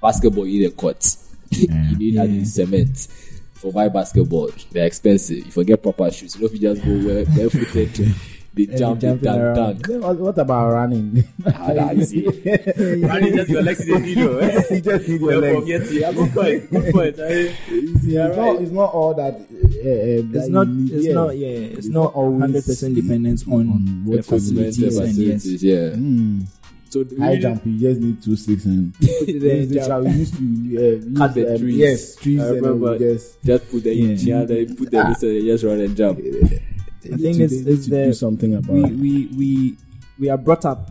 Speaker 1: Basketball, you need a court. you need at least cement. For buy basketball, they're expensive. If you get proper shoes, you know if you just go where barefooted, they jump, they
Speaker 3: jumping
Speaker 1: dunk,
Speaker 3: around.
Speaker 1: dunk.
Speaker 2: Then What, what about running?
Speaker 1: Ah, that's it. Running just your legs in the middle, eh?
Speaker 2: you just need your
Speaker 1: Well,
Speaker 2: legs.
Speaker 1: forget it. Yeah, Good point. Good point. eh? I-
Speaker 2: You see,
Speaker 1: Yeah,
Speaker 2: it's,
Speaker 1: right.
Speaker 2: not, it's not all that.
Speaker 3: It's not. It's not. Yeah. It's,
Speaker 2: It's
Speaker 3: not
Speaker 2: not always-
Speaker 3: hundred percent dependent on, the
Speaker 1: What complementary
Speaker 3: facilities and yes.
Speaker 1: facilities, yeah. Hmm. So do
Speaker 2: High
Speaker 1: we-
Speaker 2: jump, you just need two six and
Speaker 3: Then
Speaker 2: Which
Speaker 3: jump.
Speaker 2: I used to uh,
Speaker 1: Cut
Speaker 2: use,
Speaker 1: the
Speaker 2: um,
Speaker 1: trees.
Speaker 2: Yes, trees.
Speaker 1: I
Speaker 2: and then we
Speaker 1: remember.
Speaker 2: just
Speaker 1: Just put the
Speaker 3: Yeah.
Speaker 1: inch here, then put the this, and just run and jump.
Speaker 3: I think it's,
Speaker 2: to,
Speaker 3: it's
Speaker 2: to do
Speaker 3: the
Speaker 2: something about.
Speaker 3: we, we we we are brought up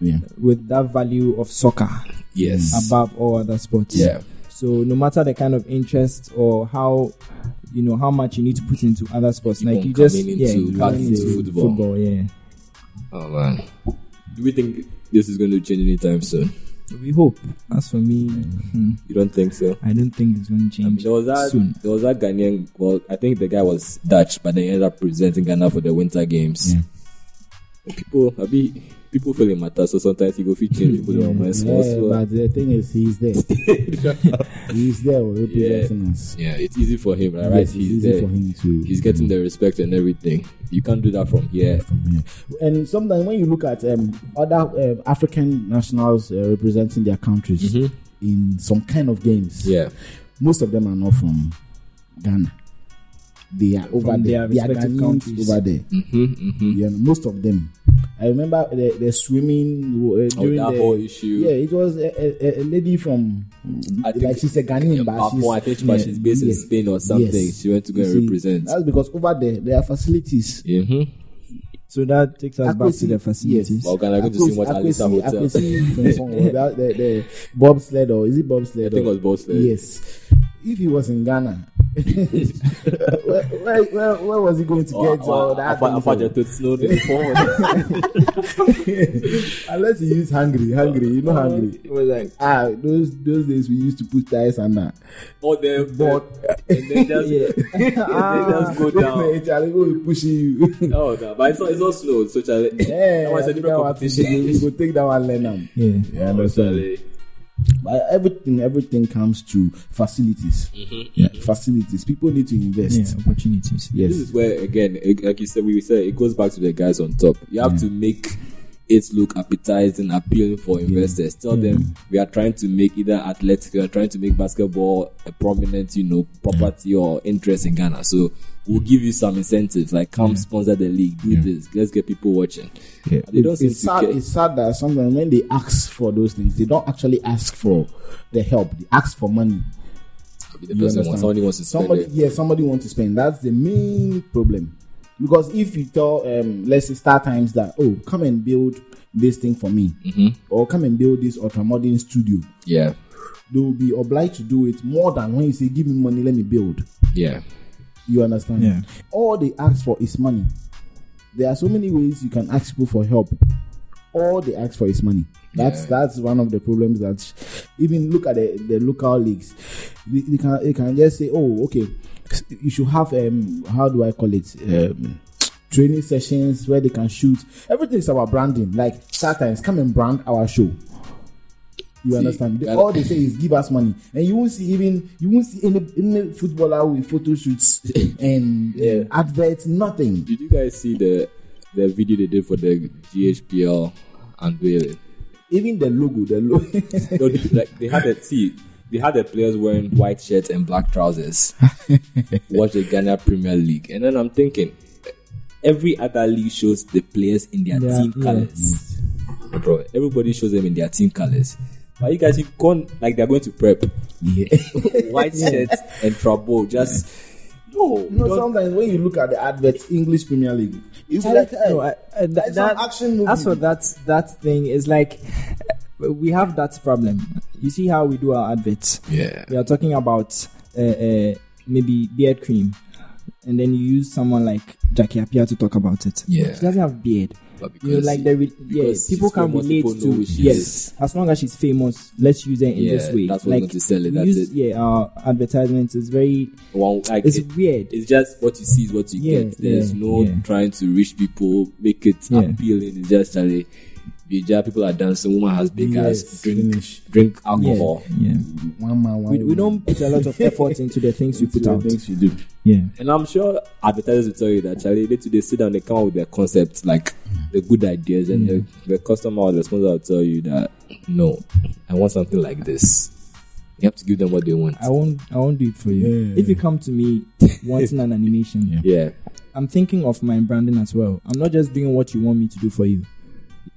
Speaker 2: yeah.
Speaker 3: with that value of soccer
Speaker 1: Yes.
Speaker 3: above all other sports.
Speaker 1: Yeah.
Speaker 3: So no matter the kind of interest or how you know how much you need to put into other sports,
Speaker 1: Keep
Speaker 3: like
Speaker 1: on
Speaker 3: you just
Speaker 1: coming
Speaker 3: yeah,
Speaker 1: into-
Speaker 3: you
Speaker 1: back
Speaker 3: come
Speaker 1: into football.
Speaker 3: yeah.
Speaker 1: Oh man. Do we think this is going to change anytime soon?
Speaker 3: We hope. As for me, hmm,
Speaker 1: You don't think so?
Speaker 3: I don't think it's going to
Speaker 1: I mean,
Speaker 3: change
Speaker 1: there was that
Speaker 3: soon.
Speaker 1: there was that Ghanaian. Well, I think the guy was Dutch, but then he ended up presenting Ghana for the Winter Games.
Speaker 2: Yeah.
Speaker 1: People, I be people feel it matters. So sometimes you go fit change people don't mind.
Speaker 2: Yeah,
Speaker 1: small, small.
Speaker 2: but the thing is, he's there. he's there representing us.
Speaker 1: yeah, it's easy for him, right? right?
Speaker 2: Yes, it's
Speaker 1: He's
Speaker 2: easy
Speaker 1: there.
Speaker 2: for him to.
Speaker 1: He's getting the respect and everything. You can't do that from here.
Speaker 2: And sometimes when you look at um, other um, African nationals uh, representing their countries in some kind of games,
Speaker 1: Mm-hmm. Yeah.
Speaker 2: most of them are not from Ghana. They are over
Speaker 3: From
Speaker 2: there.
Speaker 3: their
Speaker 2: They are
Speaker 3: respective
Speaker 2: Ghanaians
Speaker 3: countries.
Speaker 2: over there.
Speaker 1: Mm-hmm, mm-hmm.
Speaker 2: Yeah, most of them. I remember the, the swimming uh,
Speaker 1: Oh,
Speaker 2: during
Speaker 1: that
Speaker 2: the
Speaker 1: whole issue.
Speaker 2: Yeah, it was a, a, a lady from
Speaker 1: I
Speaker 2: like
Speaker 1: think-
Speaker 2: she's a Ghanaian, but she's,
Speaker 1: Papua, I think, but she's based in
Speaker 2: yes,
Speaker 1: Spain or something.
Speaker 2: yes.
Speaker 1: She went to go
Speaker 2: You
Speaker 1: and
Speaker 2: see,
Speaker 1: represent.
Speaker 2: That's because over there there are facilities.
Speaker 1: Mm-hmm.
Speaker 3: So that takes us back to
Speaker 2: Accuracy,
Speaker 3: the facilities.
Speaker 1: Well, can I go to
Speaker 2: Akwesi-
Speaker 1: see what
Speaker 2: Akwesi-
Speaker 1: Alisa Hotel?
Speaker 2: Akwesi from somewhere, that- the, the bobsled or is it bobsled?
Speaker 1: I think it
Speaker 2: or-
Speaker 1: was both. there.
Speaker 2: Yes. If he was in Ghana, where, where, where, where was he going to
Speaker 1: Or-
Speaker 2: get all
Speaker 1: or-
Speaker 2: that?
Speaker 1: Apa-
Speaker 2: thing
Speaker 1: Apa
Speaker 2: from?
Speaker 1: Jatuh Snow did forward.
Speaker 2: Unless he used hungry, hungry, you know hungry.
Speaker 3: It was like
Speaker 2: Ah, those those days we used to put tires under.
Speaker 1: Or the board.
Speaker 2: But
Speaker 1: And then just,
Speaker 3: yeah.
Speaker 1: and
Speaker 2: Ah,
Speaker 1: then just go down.
Speaker 2: Charlie, we will push you.
Speaker 1: Oh, no, but it's not, it's not slow. So, Charlie,
Speaker 2: Yeah,
Speaker 1: that was a
Speaker 2: I think that
Speaker 1: different
Speaker 2: one thing, You
Speaker 1: competition.
Speaker 2: you go take that one, learn am.
Speaker 3: Yeah.
Speaker 2: Yeah, I
Speaker 1: Oh,
Speaker 2: understand.
Speaker 1: Charlie.
Speaker 2: But everything, everything comes to facilities.
Speaker 1: Mm-hmm.
Speaker 2: Yeah, facilities. People need to invest.
Speaker 3: yeah, opportunities.
Speaker 1: This
Speaker 2: Yes.
Speaker 1: is where, again, it- like you said, we said, it goes back to the guys on top. You
Speaker 2: Mm.
Speaker 1: have to make it look appetizing, appealing for
Speaker 2: Mm.
Speaker 1: investors. Tell them we are trying to make either athletics, we are trying to make basketball a prominent, you know, property or interest in Ghana. So we'll give you some incentives, like come sponsor the league, do this, let's get people watching.
Speaker 2: Yeah.
Speaker 1: They don't
Speaker 2: It-
Speaker 1: seem
Speaker 2: it's
Speaker 1: to
Speaker 2: sad.
Speaker 1: care.
Speaker 2: It's sad that sometimes when they ask for those things, they don't actually ask for the help. They ask for money.
Speaker 1: The person
Speaker 2: You
Speaker 1: wants,
Speaker 2: understand?
Speaker 1: somebody wants to spend
Speaker 2: Somebody,
Speaker 1: it.
Speaker 2: yeah, somebody wants to spend. That's the main problem. Because if you tell, um, let's say, Star Times that, oh, come and build this thing for me,
Speaker 1: Mm-hmm.
Speaker 2: or come and build this ultramodern studio,
Speaker 1: Yeah,
Speaker 2: they will be obliged to do it more than when you say, give me money, let me build.
Speaker 1: yeah.
Speaker 2: You understand?
Speaker 3: Yeah.
Speaker 2: All they ask for is money. There are so many ways you can ask people for help. All they ask for is money. That's that's one of the problems that even look at the, the local leagues. They, they can they can just say, oh, okay, you should have um how do I call it um training sessions where they can shoot. Everything is about branding. Like sometimes come and brand our show. You understand? They-
Speaker 1: that-
Speaker 2: all they say is give us money, and you won't see even you won't see any, any footballer with photo shoots and uh, adverts, nothing.
Speaker 1: Did you guys see the the video they did for the GHPL unveiling?
Speaker 2: Even the logo, the logo.
Speaker 1: No, they- like they had a see, they had the players wearing white shirts and black trousers. Watch the Ghana Premier League, and then I'm thinking, every other league shows the players in their
Speaker 3: Yeah,
Speaker 1: team
Speaker 3: yeah.
Speaker 1: colors, bro. Everybody shows them in their team colors. But you guys, you gone like they're going to prep white shirts and trouble. Just no,
Speaker 2: you know,
Speaker 1: don't-
Speaker 2: sometimes when you look at the adverts, English Premier League, it's like hey,
Speaker 3: No, I- I-
Speaker 2: it's
Speaker 3: that-
Speaker 2: an
Speaker 3: that-
Speaker 2: action movie.
Speaker 3: As for that that thing is like we have that problem. You see how we do our adverts.
Speaker 1: yeah,
Speaker 3: We are talking about uh, uh, maybe beard cream, and then you use someone like Jackie Appiah to talk about it.
Speaker 1: Yeah.
Speaker 3: she doesn't have beard.
Speaker 1: but
Speaker 3: you know,
Speaker 1: because
Speaker 3: like the re- yeah,
Speaker 1: because
Speaker 3: people
Speaker 1: she's
Speaker 3: can
Speaker 1: famous,
Speaker 3: relate
Speaker 1: people know
Speaker 3: to
Speaker 1: who she
Speaker 3: yes. As long as she's famous, let's use her in
Speaker 1: yeah,
Speaker 3: this way.
Speaker 1: that's what we're
Speaker 3: like
Speaker 1: going to sell it.
Speaker 3: we
Speaker 1: That's
Speaker 3: use,
Speaker 1: it.
Speaker 3: yeah, our advertisements is very
Speaker 1: One, like,
Speaker 3: it's
Speaker 1: it-
Speaker 3: weird.
Speaker 1: it's just what you see is what you
Speaker 3: Yeah,
Speaker 1: get. There's
Speaker 3: yeah,
Speaker 1: no
Speaker 3: yeah.
Speaker 1: trying to reach people, make it
Speaker 3: Yeah.
Speaker 1: appealing. It's just a Bija, people are dancing, woman has big ass,
Speaker 2: Yes,
Speaker 1: drink
Speaker 2: finish.
Speaker 1: drink alcohol.
Speaker 3: yeah.
Speaker 2: One man, one
Speaker 3: We, we
Speaker 2: woman.
Speaker 3: don't put a lot of effort into the things we
Speaker 2: Into
Speaker 3: put
Speaker 2: the
Speaker 3: out.
Speaker 2: Things you do.
Speaker 3: Yeah.
Speaker 1: And I'm sure advertisers will tell you that Charlie they today sit down, they come up with their concepts, like the good ideas, and the, the customer or the sponsor will tell you that no, I want something like this. You have to give them what they want.
Speaker 3: I won't I won't do it for you.
Speaker 2: Yeah.
Speaker 3: If you come to me wanting an animation,
Speaker 2: Yeah.
Speaker 1: Yeah.
Speaker 3: I'm thinking of my branding as well. I'm not just doing what you want me to do for you.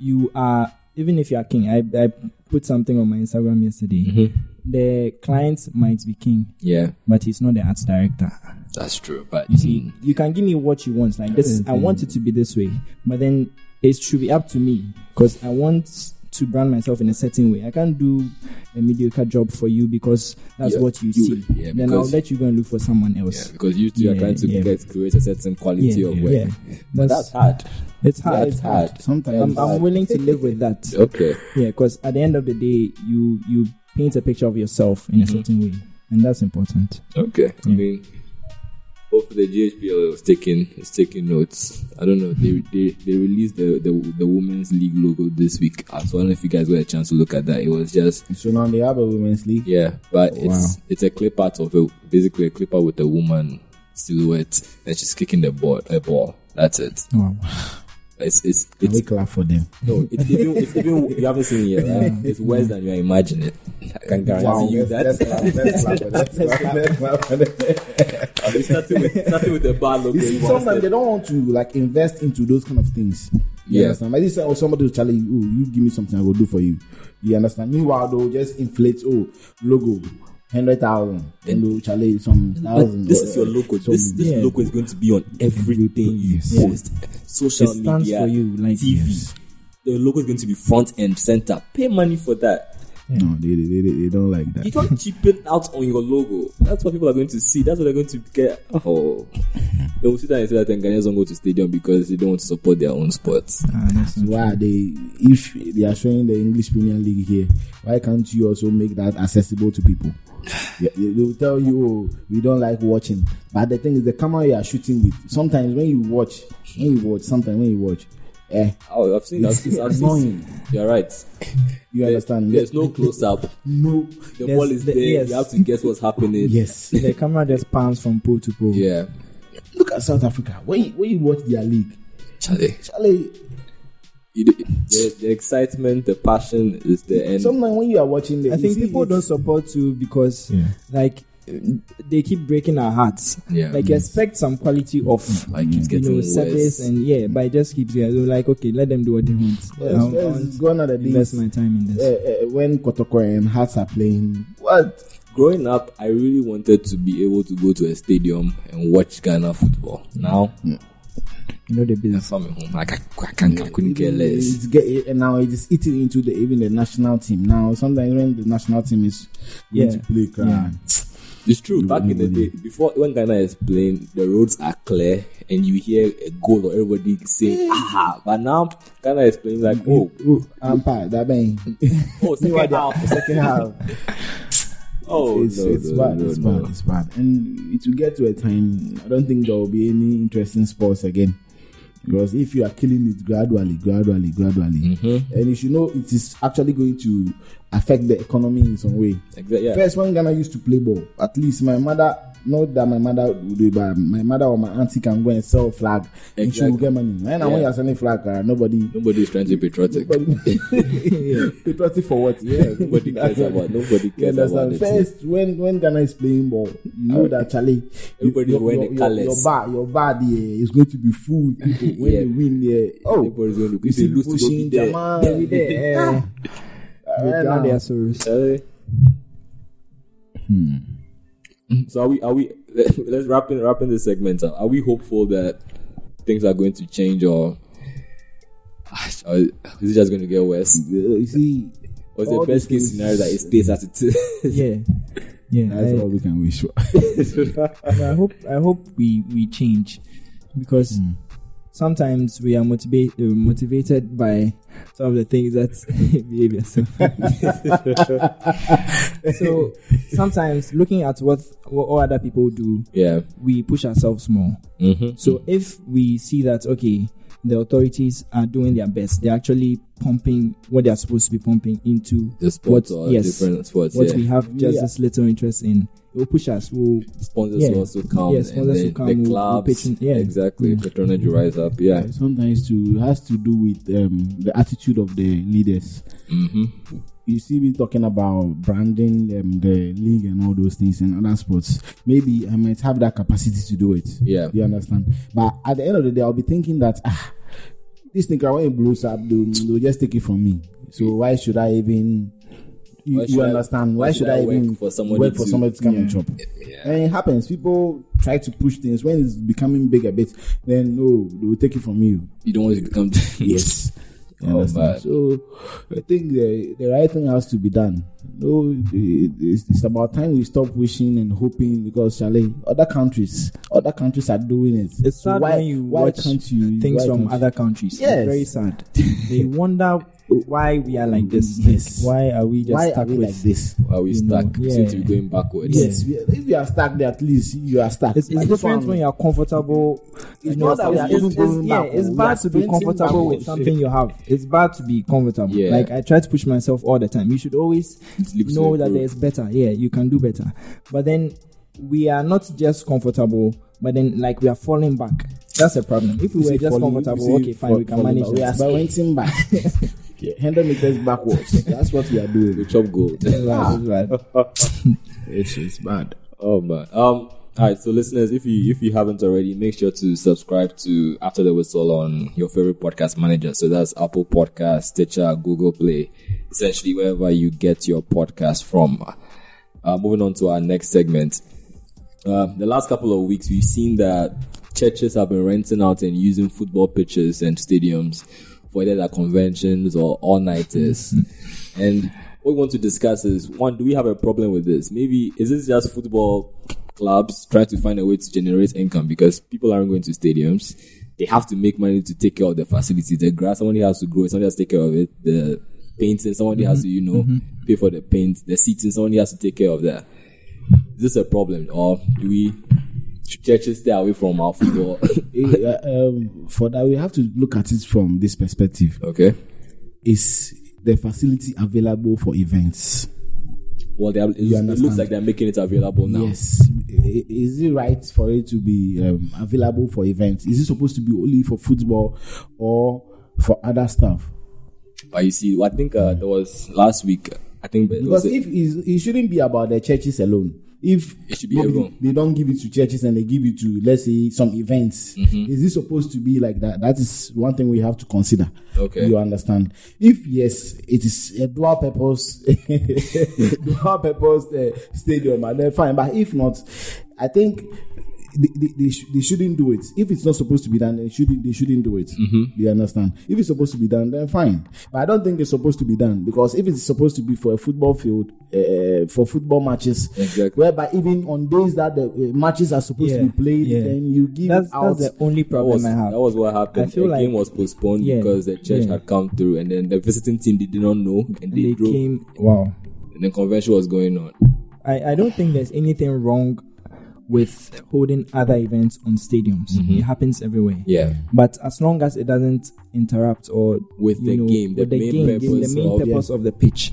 Speaker 3: You are even if you are king. I, I put something on my Instagram yesterday.
Speaker 1: Mm-hmm.
Speaker 3: The client might be king,
Speaker 1: Yeah.
Speaker 3: but he's not the arts director.
Speaker 1: That's true. But
Speaker 3: You see, you can give me what you want. Like this, I want it to be this way, but then it should be up to me because I want to brand myself in a certain way. I can't do a mediocre job for you because that's
Speaker 1: Yeah,
Speaker 3: what you,
Speaker 1: you-
Speaker 3: see.
Speaker 1: yeah,
Speaker 3: then I'll
Speaker 1: because-
Speaker 3: let you go and look for someone
Speaker 1: yeah,
Speaker 3: else.
Speaker 1: because you two are
Speaker 3: Yeah,
Speaker 1: trying to
Speaker 3: Mm-hmm. yeah.
Speaker 1: get create a certain quality
Speaker 3: Yeah,
Speaker 1: of
Speaker 3: yeah,
Speaker 1: work.
Speaker 3: yeah.
Speaker 1: But that's hard.
Speaker 3: It's hard.
Speaker 1: That's
Speaker 3: It's hard.
Speaker 1: hard.
Speaker 2: Sometimes
Speaker 3: I'm, I'm willing to live with that.
Speaker 1: Okay.
Speaker 3: Yeah, because at the end of the day, you you paint a picture of yourself in a
Speaker 1: Mm-hmm.
Speaker 3: certain way, and that's important.
Speaker 1: Okay. I mean, hopefully the GHPL is taking is taking notes. I don't know. They they, they released the, the the women's league logo this week. Uh, So I don't know if you guys got a chance to look at that. It was just
Speaker 2: So now they have a women's league.
Speaker 1: yeah, but it's it's a clip out of a basically a clip out with a woman silhouette and she's kicking the ball a ball. That's it.
Speaker 3: Wow.
Speaker 1: It's it's
Speaker 2: Can
Speaker 1: it's
Speaker 2: we clap for them?
Speaker 1: no. It's even it's even you haven't seen it yet. Right? It's worse than you are imagining. I can guarantee you that.
Speaker 2: Let's clap. Let's clap. Let's clap. Let's clap for them.
Speaker 1: It's starting with starting with the bad logo.
Speaker 2: You see,
Speaker 1: you
Speaker 2: sometimes
Speaker 1: want
Speaker 2: they don't want to like invest into those kind of things. You
Speaker 1: Yeah.
Speaker 2: understand? Like this, or somebody will challenge you, oh, you give me something, I will do for you. You understand? Meanwhile, they'll just inflate, oh, logo, 100,000, and they'll challenge some thousand.
Speaker 1: But this
Speaker 2: or-
Speaker 1: is your logo.
Speaker 2: some-
Speaker 1: This this
Speaker 3: yeah.
Speaker 1: logo is going to be on everything you
Speaker 3: Yeah.
Speaker 1: post,
Speaker 3: It
Speaker 1: social
Speaker 3: stands
Speaker 1: media,
Speaker 3: for you, like
Speaker 1: TV. The logo is going to be front and center. Pay money for that.
Speaker 2: No, they, they, they, they don't like
Speaker 1: You
Speaker 2: that.
Speaker 1: can't cheapen out on your logo. That's what people are going to see. That's what they're going to get. Oh, they will sit down and say that Ghanaians don't go to stadium because they don't want to support their own sports.
Speaker 3: Ah, that's not-
Speaker 2: Why are they, if they are showing the English Premier League here, why can't you also make that accessible to people? Yeah, they they will tell you, oh, we don't like watching. But the thing is, the camera you are shooting with, sometimes when you watch, when you watch, sometimes when you watch, eh,
Speaker 1: Oh, I've seen. I've seen. I've
Speaker 2: annoying.
Speaker 1: seen. You're right.
Speaker 2: You understand?
Speaker 1: There's no close up.
Speaker 2: no.
Speaker 1: The
Speaker 3: There's-
Speaker 1: ball is
Speaker 3: the-
Speaker 1: there.
Speaker 3: Mm. yes.
Speaker 1: You have to guess what's happening.
Speaker 2: Yes.
Speaker 3: the camera just pans from pole to pole.
Speaker 1: Yeah.
Speaker 2: Look at South Africa. When you, when you watch their league,
Speaker 1: Charlie.
Speaker 2: Charlie,
Speaker 1: You do- the, the excitement, the passion is there, and
Speaker 2: sometimes when you are watching, the,
Speaker 3: I
Speaker 2: you
Speaker 3: think
Speaker 2: see
Speaker 3: people
Speaker 2: it-
Speaker 3: don't support you because, like, they keep breaking our hearts.
Speaker 1: Yeah. Mm.
Speaker 3: Like, expect some quality of
Speaker 1: like it's
Speaker 3: you
Speaker 1: getting
Speaker 3: know
Speaker 1: worse.
Speaker 3: service and yeah, but it just keeps going. Like, okay, let them do what they want.
Speaker 2: Yes,
Speaker 3: I'll-
Speaker 2: yes,
Speaker 3: I'll
Speaker 2: gone are the
Speaker 3: invest
Speaker 2: days.
Speaker 3: my time in
Speaker 2: Uh,
Speaker 3: this.
Speaker 2: uh, when Kotoko and Hearts are playing, what?
Speaker 1: Growing up, I really wanted to be able to go to a stadium and watch Ghana football. Now,
Speaker 2: Hmm.
Speaker 3: You know the
Speaker 1: I'm
Speaker 3: business.
Speaker 1: from home. Like, I, I, can't, I couldn't care less.
Speaker 2: It's get, and now it is eating into the even the national team. Now sometimes when the national team is going
Speaker 3: Yeah.
Speaker 2: to play, crowd,
Speaker 1: It's true. Back in the day, before when Ghana is playing, the roads are clear and you hear a goal or everybody saying, aha. But now, Ghana is playing like, oh,
Speaker 2: oh, Ampa, that bang.
Speaker 1: oh, second half.
Speaker 2: Second half.
Speaker 1: Oh,
Speaker 2: it's,
Speaker 1: no,
Speaker 2: it's
Speaker 1: no,
Speaker 2: bad,
Speaker 1: no,
Speaker 2: it's
Speaker 1: no.
Speaker 2: bad, it's bad. And it will get to a time. I don't think there will be any interesting sports again. Because if you are killing it gradually, gradually, gradually,
Speaker 1: Mm-hmm.
Speaker 2: and you should know it is actually going to affect the economy in some way.
Speaker 1: Exactly, yeah.
Speaker 2: First, when Ghana used to play ball, at least my mother, not that my mother would do it, but my mother or my auntie can go and sell flag and she will
Speaker 1: Exactly.
Speaker 2: get money. And now when
Speaker 1: Yeah.
Speaker 2: you're selling flag, uh, nobody.
Speaker 1: Nobody is trying to be patriotic.
Speaker 2: nobody Patriotic for what? Yeah,
Speaker 1: Nobody cares about Nobody
Speaker 2: you
Speaker 1: cares about
Speaker 2: understand?
Speaker 1: it.
Speaker 2: First, when when Ghana is playing ball, you know that Charlie,
Speaker 1: Everybody
Speaker 2: your,
Speaker 1: wearing
Speaker 2: your,
Speaker 1: the
Speaker 2: your, your
Speaker 1: colours.
Speaker 2: bar, your bar there is going to be full. with People when
Speaker 1: Yeah.
Speaker 2: they win there, oh,
Speaker 1: Everybody's going to
Speaker 2: you
Speaker 1: be
Speaker 2: see
Speaker 1: lose
Speaker 2: people
Speaker 1: to go be
Speaker 2: pushing
Speaker 1: there.
Speaker 2: Jamal every day. eh.
Speaker 3: They
Speaker 2: Right
Speaker 3: drown
Speaker 2: now.
Speaker 3: their sorrows.
Speaker 1: Uh, So are we? Are we? Let's wrap in wrapping this segment up. Are we hopeful that things are going to change, or or is it just going to get worse?
Speaker 2: You see,
Speaker 1: Or is the
Speaker 2: All these
Speaker 1: best case
Speaker 2: things-
Speaker 1: scenario that it stays as it is?
Speaker 3: Yeah, yeah.
Speaker 2: that's
Speaker 3: I-
Speaker 2: all we can wish for.
Speaker 1: Hmm.
Speaker 3: But I hope I hope we we change because sometimes we are motivated uh, motivated by some of the things that behave yourself. so sometimes looking at what what all other people do,
Speaker 1: Yeah.
Speaker 3: we push ourselves more.
Speaker 1: Mm-hmm.
Speaker 3: So if we see that okay, the authorities are doing their best, they're actually pumping what they are supposed to be pumping into
Speaker 1: The sports
Speaker 3: what-
Speaker 1: or
Speaker 3: yes,
Speaker 1: different sports.
Speaker 3: what
Speaker 1: yeah.
Speaker 3: we have just
Speaker 2: Yeah.
Speaker 3: this little interest in. It will push us. We'll
Speaker 1: sponsors
Speaker 3: Yeah.
Speaker 1: will also come.
Speaker 3: Yeah,
Speaker 1: and
Speaker 3: sponsors
Speaker 1: then
Speaker 3: will come,
Speaker 1: The
Speaker 3: we'll-
Speaker 1: clubs,
Speaker 3: we'll pitch in- yeah.
Speaker 1: exactly.
Speaker 3: Mm.
Speaker 1: Patronage will rise up. Yeah.
Speaker 2: Sometimes too it has to do with um, the attitude of the leaders.
Speaker 1: Mm-hmm.
Speaker 2: You see me talking about branding um, the league and all those things and other sports. Maybe I might have that capacity to do it.
Speaker 1: Yeah.
Speaker 2: You understand? But at the end of the day, I'll be thinking that ah, this thing when it blows up, they'll, they'll just take it from me. So why should I even? You,
Speaker 1: Why should
Speaker 2: you
Speaker 1: I-
Speaker 2: understand? Why, should I,
Speaker 1: work
Speaker 2: even
Speaker 1: for somebody
Speaker 2: work for
Speaker 1: to-
Speaker 2: somebody to come and chop?
Speaker 1: Yeah.
Speaker 2: And it happens. People try to push things when it's becoming big a bit. Then no, they will take it from you.
Speaker 1: You don't want to become.
Speaker 2: Yes. You
Speaker 1: Oh,
Speaker 2: understand?
Speaker 1: man.
Speaker 2: so I think the, the right thing has to be done. No, it- it's, it's about time we stop wishing and hoping because Charlie, other countries, other countries are doing it.
Speaker 3: It's
Speaker 2: So
Speaker 3: sad
Speaker 2: why,
Speaker 3: when you
Speaker 2: why
Speaker 3: watch
Speaker 2: can't you
Speaker 3: things
Speaker 2: why
Speaker 3: from
Speaker 2: can't you-
Speaker 3: other countries.
Speaker 2: Yes.
Speaker 3: It's very sad. they wonder why we are like this.
Speaker 2: Yes.
Speaker 3: Why are we just
Speaker 2: Why
Speaker 3: stuck
Speaker 2: are we
Speaker 3: with
Speaker 2: like this?
Speaker 1: Are we
Speaker 3: You know,
Speaker 1: stuck? Seem to
Speaker 3: yeah.
Speaker 1: be going backwards.
Speaker 3: Yeah.
Speaker 2: Yes, we- if you are stuck there, at least you are stuck.
Speaker 3: Mm. It's, it's
Speaker 2: Like
Speaker 3: different
Speaker 2: fun.
Speaker 3: when you are comfortable.
Speaker 2: It's not that we are
Speaker 3: It's-
Speaker 2: even
Speaker 3: it's-
Speaker 2: going
Speaker 3: yeah,
Speaker 2: back,
Speaker 3: it's
Speaker 2: we are
Speaker 3: bad to be
Speaker 2: sprinting
Speaker 3: comfortable with
Speaker 2: backwards.
Speaker 3: something you have. It's bad to be comfortable.
Speaker 1: Yeah.
Speaker 3: Like I try to push myself all the time. You should always
Speaker 1: lips
Speaker 3: know
Speaker 1: to
Speaker 3: that
Speaker 1: improve.
Speaker 3: there's better. Yeah, you can do better. But then we are not just comfortable, but then like we are falling back. That's a problem. If we
Speaker 2: You
Speaker 3: were
Speaker 2: see
Speaker 3: just
Speaker 2: falling-
Speaker 3: comfortable,
Speaker 2: you see
Speaker 3: okay, fine,
Speaker 2: fall-
Speaker 3: we can
Speaker 2: falling
Speaker 3: manage
Speaker 2: back. We are
Speaker 3: that.
Speaker 2: sprinting back. Yeah, 100 meters backwards. That's what we are
Speaker 1: We
Speaker 2: doing.
Speaker 1: chop gold.
Speaker 3: It's bad, it's
Speaker 2: Ah.
Speaker 3: bad.
Speaker 2: It's, it's bad.
Speaker 1: Oh man. Um. All right, so listeners, if you if you haven't already, make sure to subscribe to After the Whistle on your favorite podcast manager. So that's Apple Podcast, Stitcher, Google Play, essentially wherever you get your podcast from. Uh, moving on to our next segment. Uh, the last couple of weeks, we've seen that churches have been renting out and using football pitches and stadiums for either their conventions or all nighters. and what we want to discuss is one, do we have a problem with this? Maybe is this just football clubs trying to find a way to generate income because people aren't going to stadiums? They have to make money to take care of the facilities. The grass, somebody has to grow it, somebody has to take care of it. The painting, somebody has to, you know, pay for the paint. The seating, somebody has to take care of that is this a problem or do we should churches stay away from our football?
Speaker 2: Uh, um, for that, we have to look at it from this perspective.
Speaker 1: okay.
Speaker 2: is the facility available for events?
Speaker 1: Well, they are, it,
Speaker 2: understand.
Speaker 1: looks like they're making it available now.
Speaker 2: Yes. I- Is it right for it to be um, available for events? Is it supposed to be only for football or for other stuff?
Speaker 1: But you see, I think uh, there was last week. I think it was
Speaker 2: Because
Speaker 1: a,
Speaker 2: if it's- it shouldn't be about the churches alone. If
Speaker 1: It should be
Speaker 2: nobody-
Speaker 1: everyone.
Speaker 2: they don't give it to churches and they give it to let's say some events,
Speaker 1: Mm-hmm.
Speaker 2: is this supposed to be like that? That is one thing we have to consider.
Speaker 1: Okay.
Speaker 2: you understand? If yes, it is a dual purpose, dual purpose uh, stadium, and then fine. But if not, I think. They, they, they, sh- they shouldn't do it if it's not supposed to be done. They shouldn't. They shouldn't do it.
Speaker 3: Mm-hmm.
Speaker 2: You understand? If it's supposed to be done, then fine. But I don't think it's supposed to be done because if it's supposed to be for a football field, uh, for football matches,
Speaker 1: Exactly.
Speaker 2: whereby even on days that the uh, matches are supposed to
Speaker 3: Yeah,
Speaker 2: be played,
Speaker 3: yeah.
Speaker 2: then you give
Speaker 3: That's,
Speaker 2: it out.
Speaker 3: that's the only
Speaker 1: that
Speaker 3: problem
Speaker 1: was,
Speaker 3: I have.
Speaker 1: that was what happened.
Speaker 3: I feel
Speaker 1: the
Speaker 3: like-
Speaker 1: game was postponed
Speaker 3: Yeah.
Speaker 1: because the church
Speaker 3: Yeah.
Speaker 1: had come through, and then the visiting team did not know, and they,
Speaker 3: they
Speaker 1: drove,
Speaker 3: came. Wow.
Speaker 1: and the convention was going on.
Speaker 3: I, I don't think there's anything wrong with holding other events on stadiums. It happens everywhere.
Speaker 1: Mm-hmm. Yeah,
Speaker 3: But as long as it doesn't interrupt or
Speaker 1: With
Speaker 3: you
Speaker 1: the
Speaker 3: know,
Speaker 1: game, the
Speaker 3: with the
Speaker 1: main
Speaker 3: game, the
Speaker 1: purpose
Speaker 3: main
Speaker 1: of-
Speaker 3: purpose of the pitch.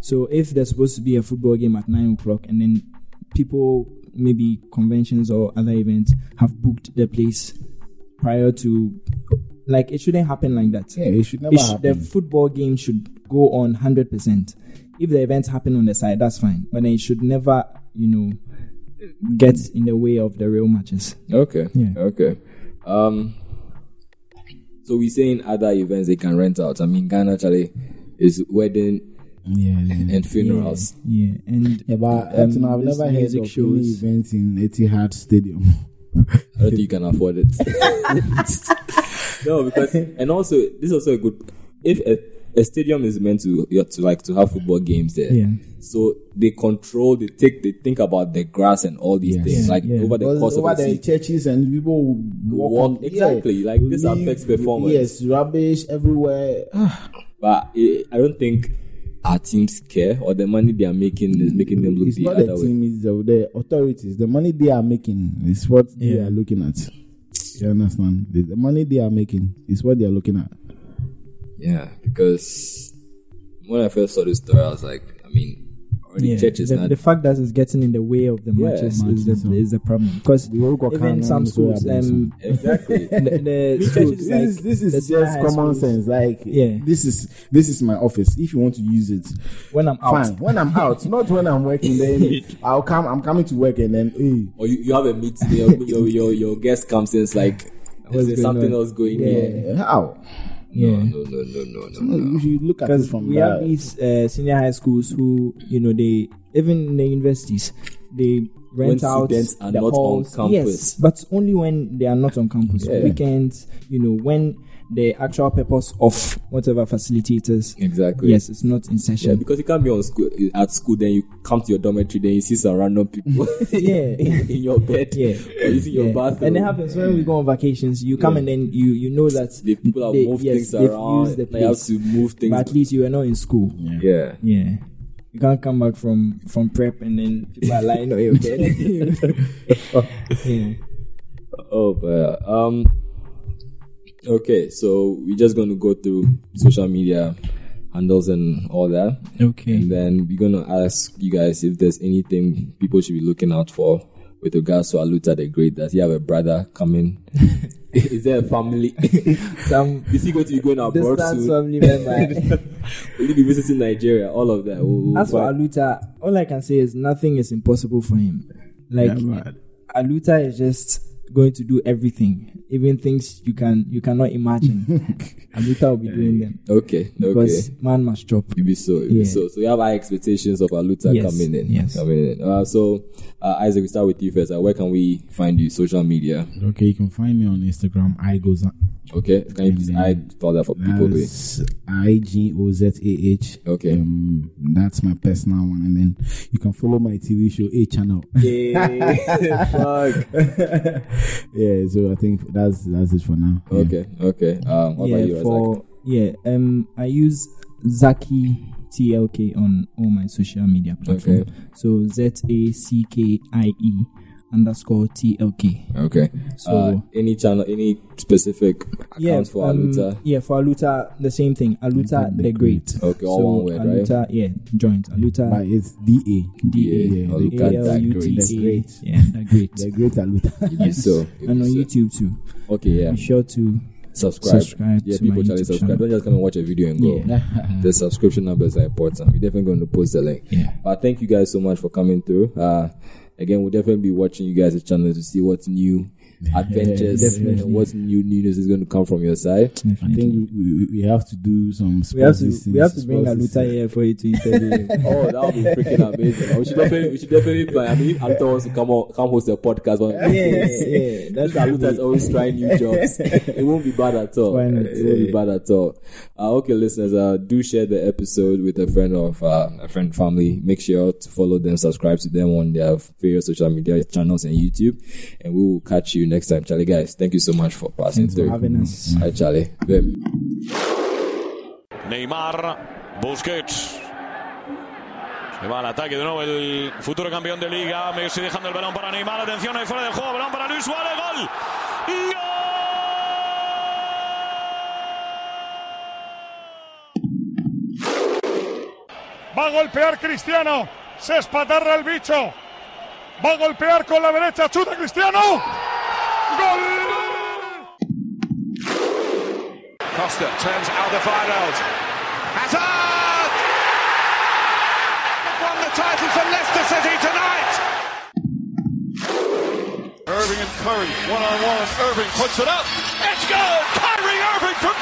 Speaker 3: So if there's supposed to be a football game at nine o'clock and then people maybe conventions or other events have booked the place prior to like it shouldn't happen like that.
Speaker 2: yeah, it should never
Speaker 3: It sh-
Speaker 2: happen.
Speaker 3: the football game should go on 100%. If the events happen on the side, that's fine. But then it should never, you know, get in the way of the real matches.
Speaker 1: Okay.
Speaker 3: Yeah.
Speaker 1: Okay. Um. So we saying other events they can rent out. I mean, Ghana actually is wedding
Speaker 2: yeah, yeah.
Speaker 1: and funerals.
Speaker 3: Yeah. And
Speaker 2: Yeah, but um,
Speaker 3: um,
Speaker 2: I've
Speaker 3: this
Speaker 2: never heard
Speaker 3: music
Speaker 2: of any
Speaker 3: shows.
Speaker 2: event in Etihad Stadium.
Speaker 1: I don't think you can afford it. no, because and also this is also a good if a a stadium is meant to you have to like to have football games there.
Speaker 3: Yeah.
Speaker 1: So they control, they take, they think about the grass and all these things
Speaker 3: Yeah,
Speaker 1: like
Speaker 3: yeah.
Speaker 1: over the
Speaker 2: Because
Speaker 1: course
Speaker 2: over
Speaker 1: of the
Speaker 2: the
Speaker 1: season.
Speaker 2: churches and people will walk,
Speaker 1: Walk-
Speaker 2: on-
Speaker 1: exactly, like, this
Speaker 2: leave-
Speaker 1: affects performance. Ah,
Speaker 2: Yes, rubbish everywhere.
Speaker 1: But I, I don't think our teams care or the money they are making is making them look
Speaker 2: it's
Speaker 1: the
Speaker 2: not
Speaker 1: other
Speaker 2: the
Speaker 1: way.
Speaker 2: team, it's the, the authorities. The money they are making is what they
Speaker 3: Yeah.
Speaker 2: are looking at. You understand? The, the money they are making is what they are looking at.
Speaker 1: Yeah, because when I first saw this story, I was like, I mean, already
Speaker 3: Yeah,
Speaker 1: churches
Speaker 3: the,
Speaker 1: now.
Speaker 3: the fact that it's getting in the way of the
Speaker 1: Yeah,
Speaker 3: matches is
Speaker 2: matches,
Speaker 3: the,
Speaker 2: yeah.
Speaker 3: is the problem because
Speaker 2: We all got
Speaker 3: even
Speaker 2: Ghana,
Speaker 3: some
Speaker 2: we all
Speaker 3: schools,
Speaker 2: have
Speaker 3: um,
Speaker 1: exactly.
Speaker 3: the, the
Speaker 1: This
Speaker 3: schools,
Speaker 1: is-
Speaker 2: This
Speaker 3: like,
Speaker 2: is this is
Speaker 3: the
Speaker 2: just
Speaker 3: senior high
Speaker 2: common
Speaker 3: schools,
Speaker 2: sense. Like
Speaker 3: Yeah.
Speaker 2: this is this is my office. If you want to use it,
Speaker 3: When I'm out,
Speaker 2: fine. When I'm out, not when I'm working, then I'll come I'm coming to work and then hey,
Speaker 1: or you, you have a meeting, your, your, your, your guest comes in, it's like, there's
Speaker 3: going
Speaker 1: something
Speaker 3: on?
Speaker 1: else going on.
Speaker 2: yeah, eh, how?
Speaker 3: yeah.
Speaker 1: No, no, no, no, no, no.
Speaker 2: If you look at it
Speaker 3: because
Speaker 2: from
Speaker 3: we
Speaker 2: that
Speaker 3: have these uh, senior high schools who you know they even in the universities they rent
Speaker 1: When
Speaker 3: out
Speaker 1: students are
Speaker 3: the
Speaker 1: not on
Speaker 3: halls.
Speaker 1: campus.
Speaker 3: Yes, but only when they are not on campus.
Speaker 1: Yeah.
Speaker 3: Weekends, you know, when the actual purpose of whatever facilitators.
Speaker 1: Exactly.
Speaker 3: Yes, it's not in
Speaker 1: Yeah,
Speaker 3: session.
Speaker 1: because you can't be on school at school, then you come to your dormitory, then you see some random people
Speaker 3: Yeah.
Speaker 1: in, in your bed
Speaker 3: Yeah.
Speaker 1: or using your
Speaker 3: Yeah.
Speaker 1: bathroom.
Speaker 3: And it happens when we go on vacations. You come and then you you know that
Speaker 1: The people have
Speaker 3: they-
Speaker 1: moved
Speaker 3: yes,
Speaker 1: things
Speaker 3: they've
Speaker 1: around.
Speaker 3: used the
Speaker 1: they have
Speaker 3: place,
Speaker 1: to move things.
Speaker 3: but at least you were not in school.
Speaker 1: yeah.
Speaker 3: Yeah. You can't come back from from prep and then people are lying on your bed. yeah.
Speaker 1: Oh, but um, okay. So we're just going to go through social media handles and all that, and
Speaker 3: Okay.
Speaker 1: then we're going to ask you guys if there's anything people should be looking out for with regards to Aluta the Great. Does he have a brother coming? Is there a family?
Speaker 3: Some
Speaker 1: Is he going to be going abroad
Speaker 3: distance
Speaker 1: soon?
Speaker 3: family member.
Speaker 1: Will he be visiting Nigeria? All of that. We'll- we'll
Speaker 3: As for
Speaker 1: find-
Speaker 3: Aluta, all I can say is nothing is impossible for him. Like
Speaker 2: Never.
Speaker 3: Aluta is just going to do everything, even things you can you cannot imagine. Aluta will be doing them
Speaker 1: Okay, okay.
Speaker 3: because man must drop.
Speaker 1: You be so, you be
Speaker 3: Yeah.
Speaker 1: so. So you have high expectations of Aluta
Speaker 3: Yes,
Speaker 1: coming in.
Speaker 3: yes.
Speaker 1: Coming in. Uh, so, uh, Isaac, we start with you first. Uh, where can we find you? Social media.
Speaker 2: Okay, you can find me on Instagram, I goes
Speaker 1: Okay. Can you
Speaker 3: Mm-hmm.
Speaker 1: please
Speaker 2: Mm.
Speaker 1: I spell that for people? please?
Speaker 2: That's I G O Z A H.
Speaker 1: Okay.
Speaker 2: Um, that's my personal one, and then you can follow my TV show A Channel. yeah, so I think that's that's it for now. Yeah.
Speaker 1: Okay. Okay. Um, what about you,
Speaker 3: Mm. yeah,
Speaker 1: Isaac?
Speaker 3: for yeah, um, I use Zaki TLK on all my social media platforms.
Speaker 1: Okay.
Speaker 3: So Z A C K I E underscore TLK.
Speaker 1: Okay. So, uh,
Speaker 3: So-
Speaker 1: any channel, any specific account for
Speaker 3: um,
Speaker 1: Aluta?
Speaker 3: Yeah, for Aluta, the same thing. Aluta the Great.
Speaker 1: Okay, all one word, right?
Speaker 3: Aluta, yeah, joint. Aluta
Speaker 2: But it's D A
Speaker 1: DA,
Speaker 2: Yeah,
Speaker 1: or Aluta
Speaker 2: the
Speaker 1: the
Speaker 3: A L U
Speaker 1: Great.
Speaker 2: The
Speaker 3: T
Speaker 2: Great.
Speaker 3: A. Yeah, the
Speaker 2: the
Speaker 3: Great.
Speaker 2: Great Aluta.
Speaker 1: You be so. you
Speaker 3: And
Speaker 1: be
Speaker 3: on
Speaker 1: so.
Speaker 3: YouTube too.
Speaker 1: Okay. Yeah.
Speaker 3: Be sure to
Speaker 1: Subscribe.
Speaker 3: subscribe
Speaker 1: Yeah,
Speaker 3: to my
Speaker 1: people try to
Speaker 3: YouTube
Speaker 1: subscribe.
Speaker 3: channel.
Speaker 1: Don't just come and watch a video and go. The subscription numbers are important. We're definitely going to post the link.
Speaker 3: Yeah.
Speaker 1: But thank you guys so much for comys through. Uh, again, we'll definitely be watching you guys' channel to see what's new adventures
Speaker 3: definitely.
Speaker 1: and what's new news is going to come from your side.
Speaker 2: I think we, we, we have to do some.
Speaker 3: we have
Speaker 2: sports
Speaker 3: to
Speaker 2: these
Speaker 3: we have to
Speaker 2: things,
Speaker 3: bring
Speaker 2: sports these
Speaker 3: Aluta here for you to interview. him.
Speaker 1: Oh, that would be freaking amazing! We should definitely, we should definitely plan. I mean, if Anton wants to come on, come host a podcast, one
Speaker 3: yeah, yeah,
Speaker 1: That's
Speaker 3: that's
Speaker 1: how Luther's always trying new jobs. It won't be bad at all.
Speaker 3: Why not?
Speaker 1: It won't be bad at all. Uh, okay, listeners, uh, do share the episode with a friend of uh, a friend family. Make sure to follow them, subscribe to them on their various social media channels and YouTube. And we will catch you next time, Charlie. Guys, thank you so much for passing
Speaker 3: for
Speaker 1: through.
Speaker 3: having us.
Speaker 1: Hi, Charlie. Babe.
Speaker 4: Neymar, Busquets. Se va al ataque de nuevo el futuro campeón de liga. Messi dejando el balón para Neymar. Atención, ahí fuera de juego. Balón para Luis Suárez. Gol. ¡Gol!
Speaker 5: Va a golpear Cristiano. Se espatarra el bicho. Va a golpear con la derecha. Chuta Cristiano. Gol.
Speaker 6: Costa turns Alderweireld. Hazard! They've won the title for Leicester City tonight! Irving and Curry, one-on-one. Irving puts it up. It's good! Kyrie Irving from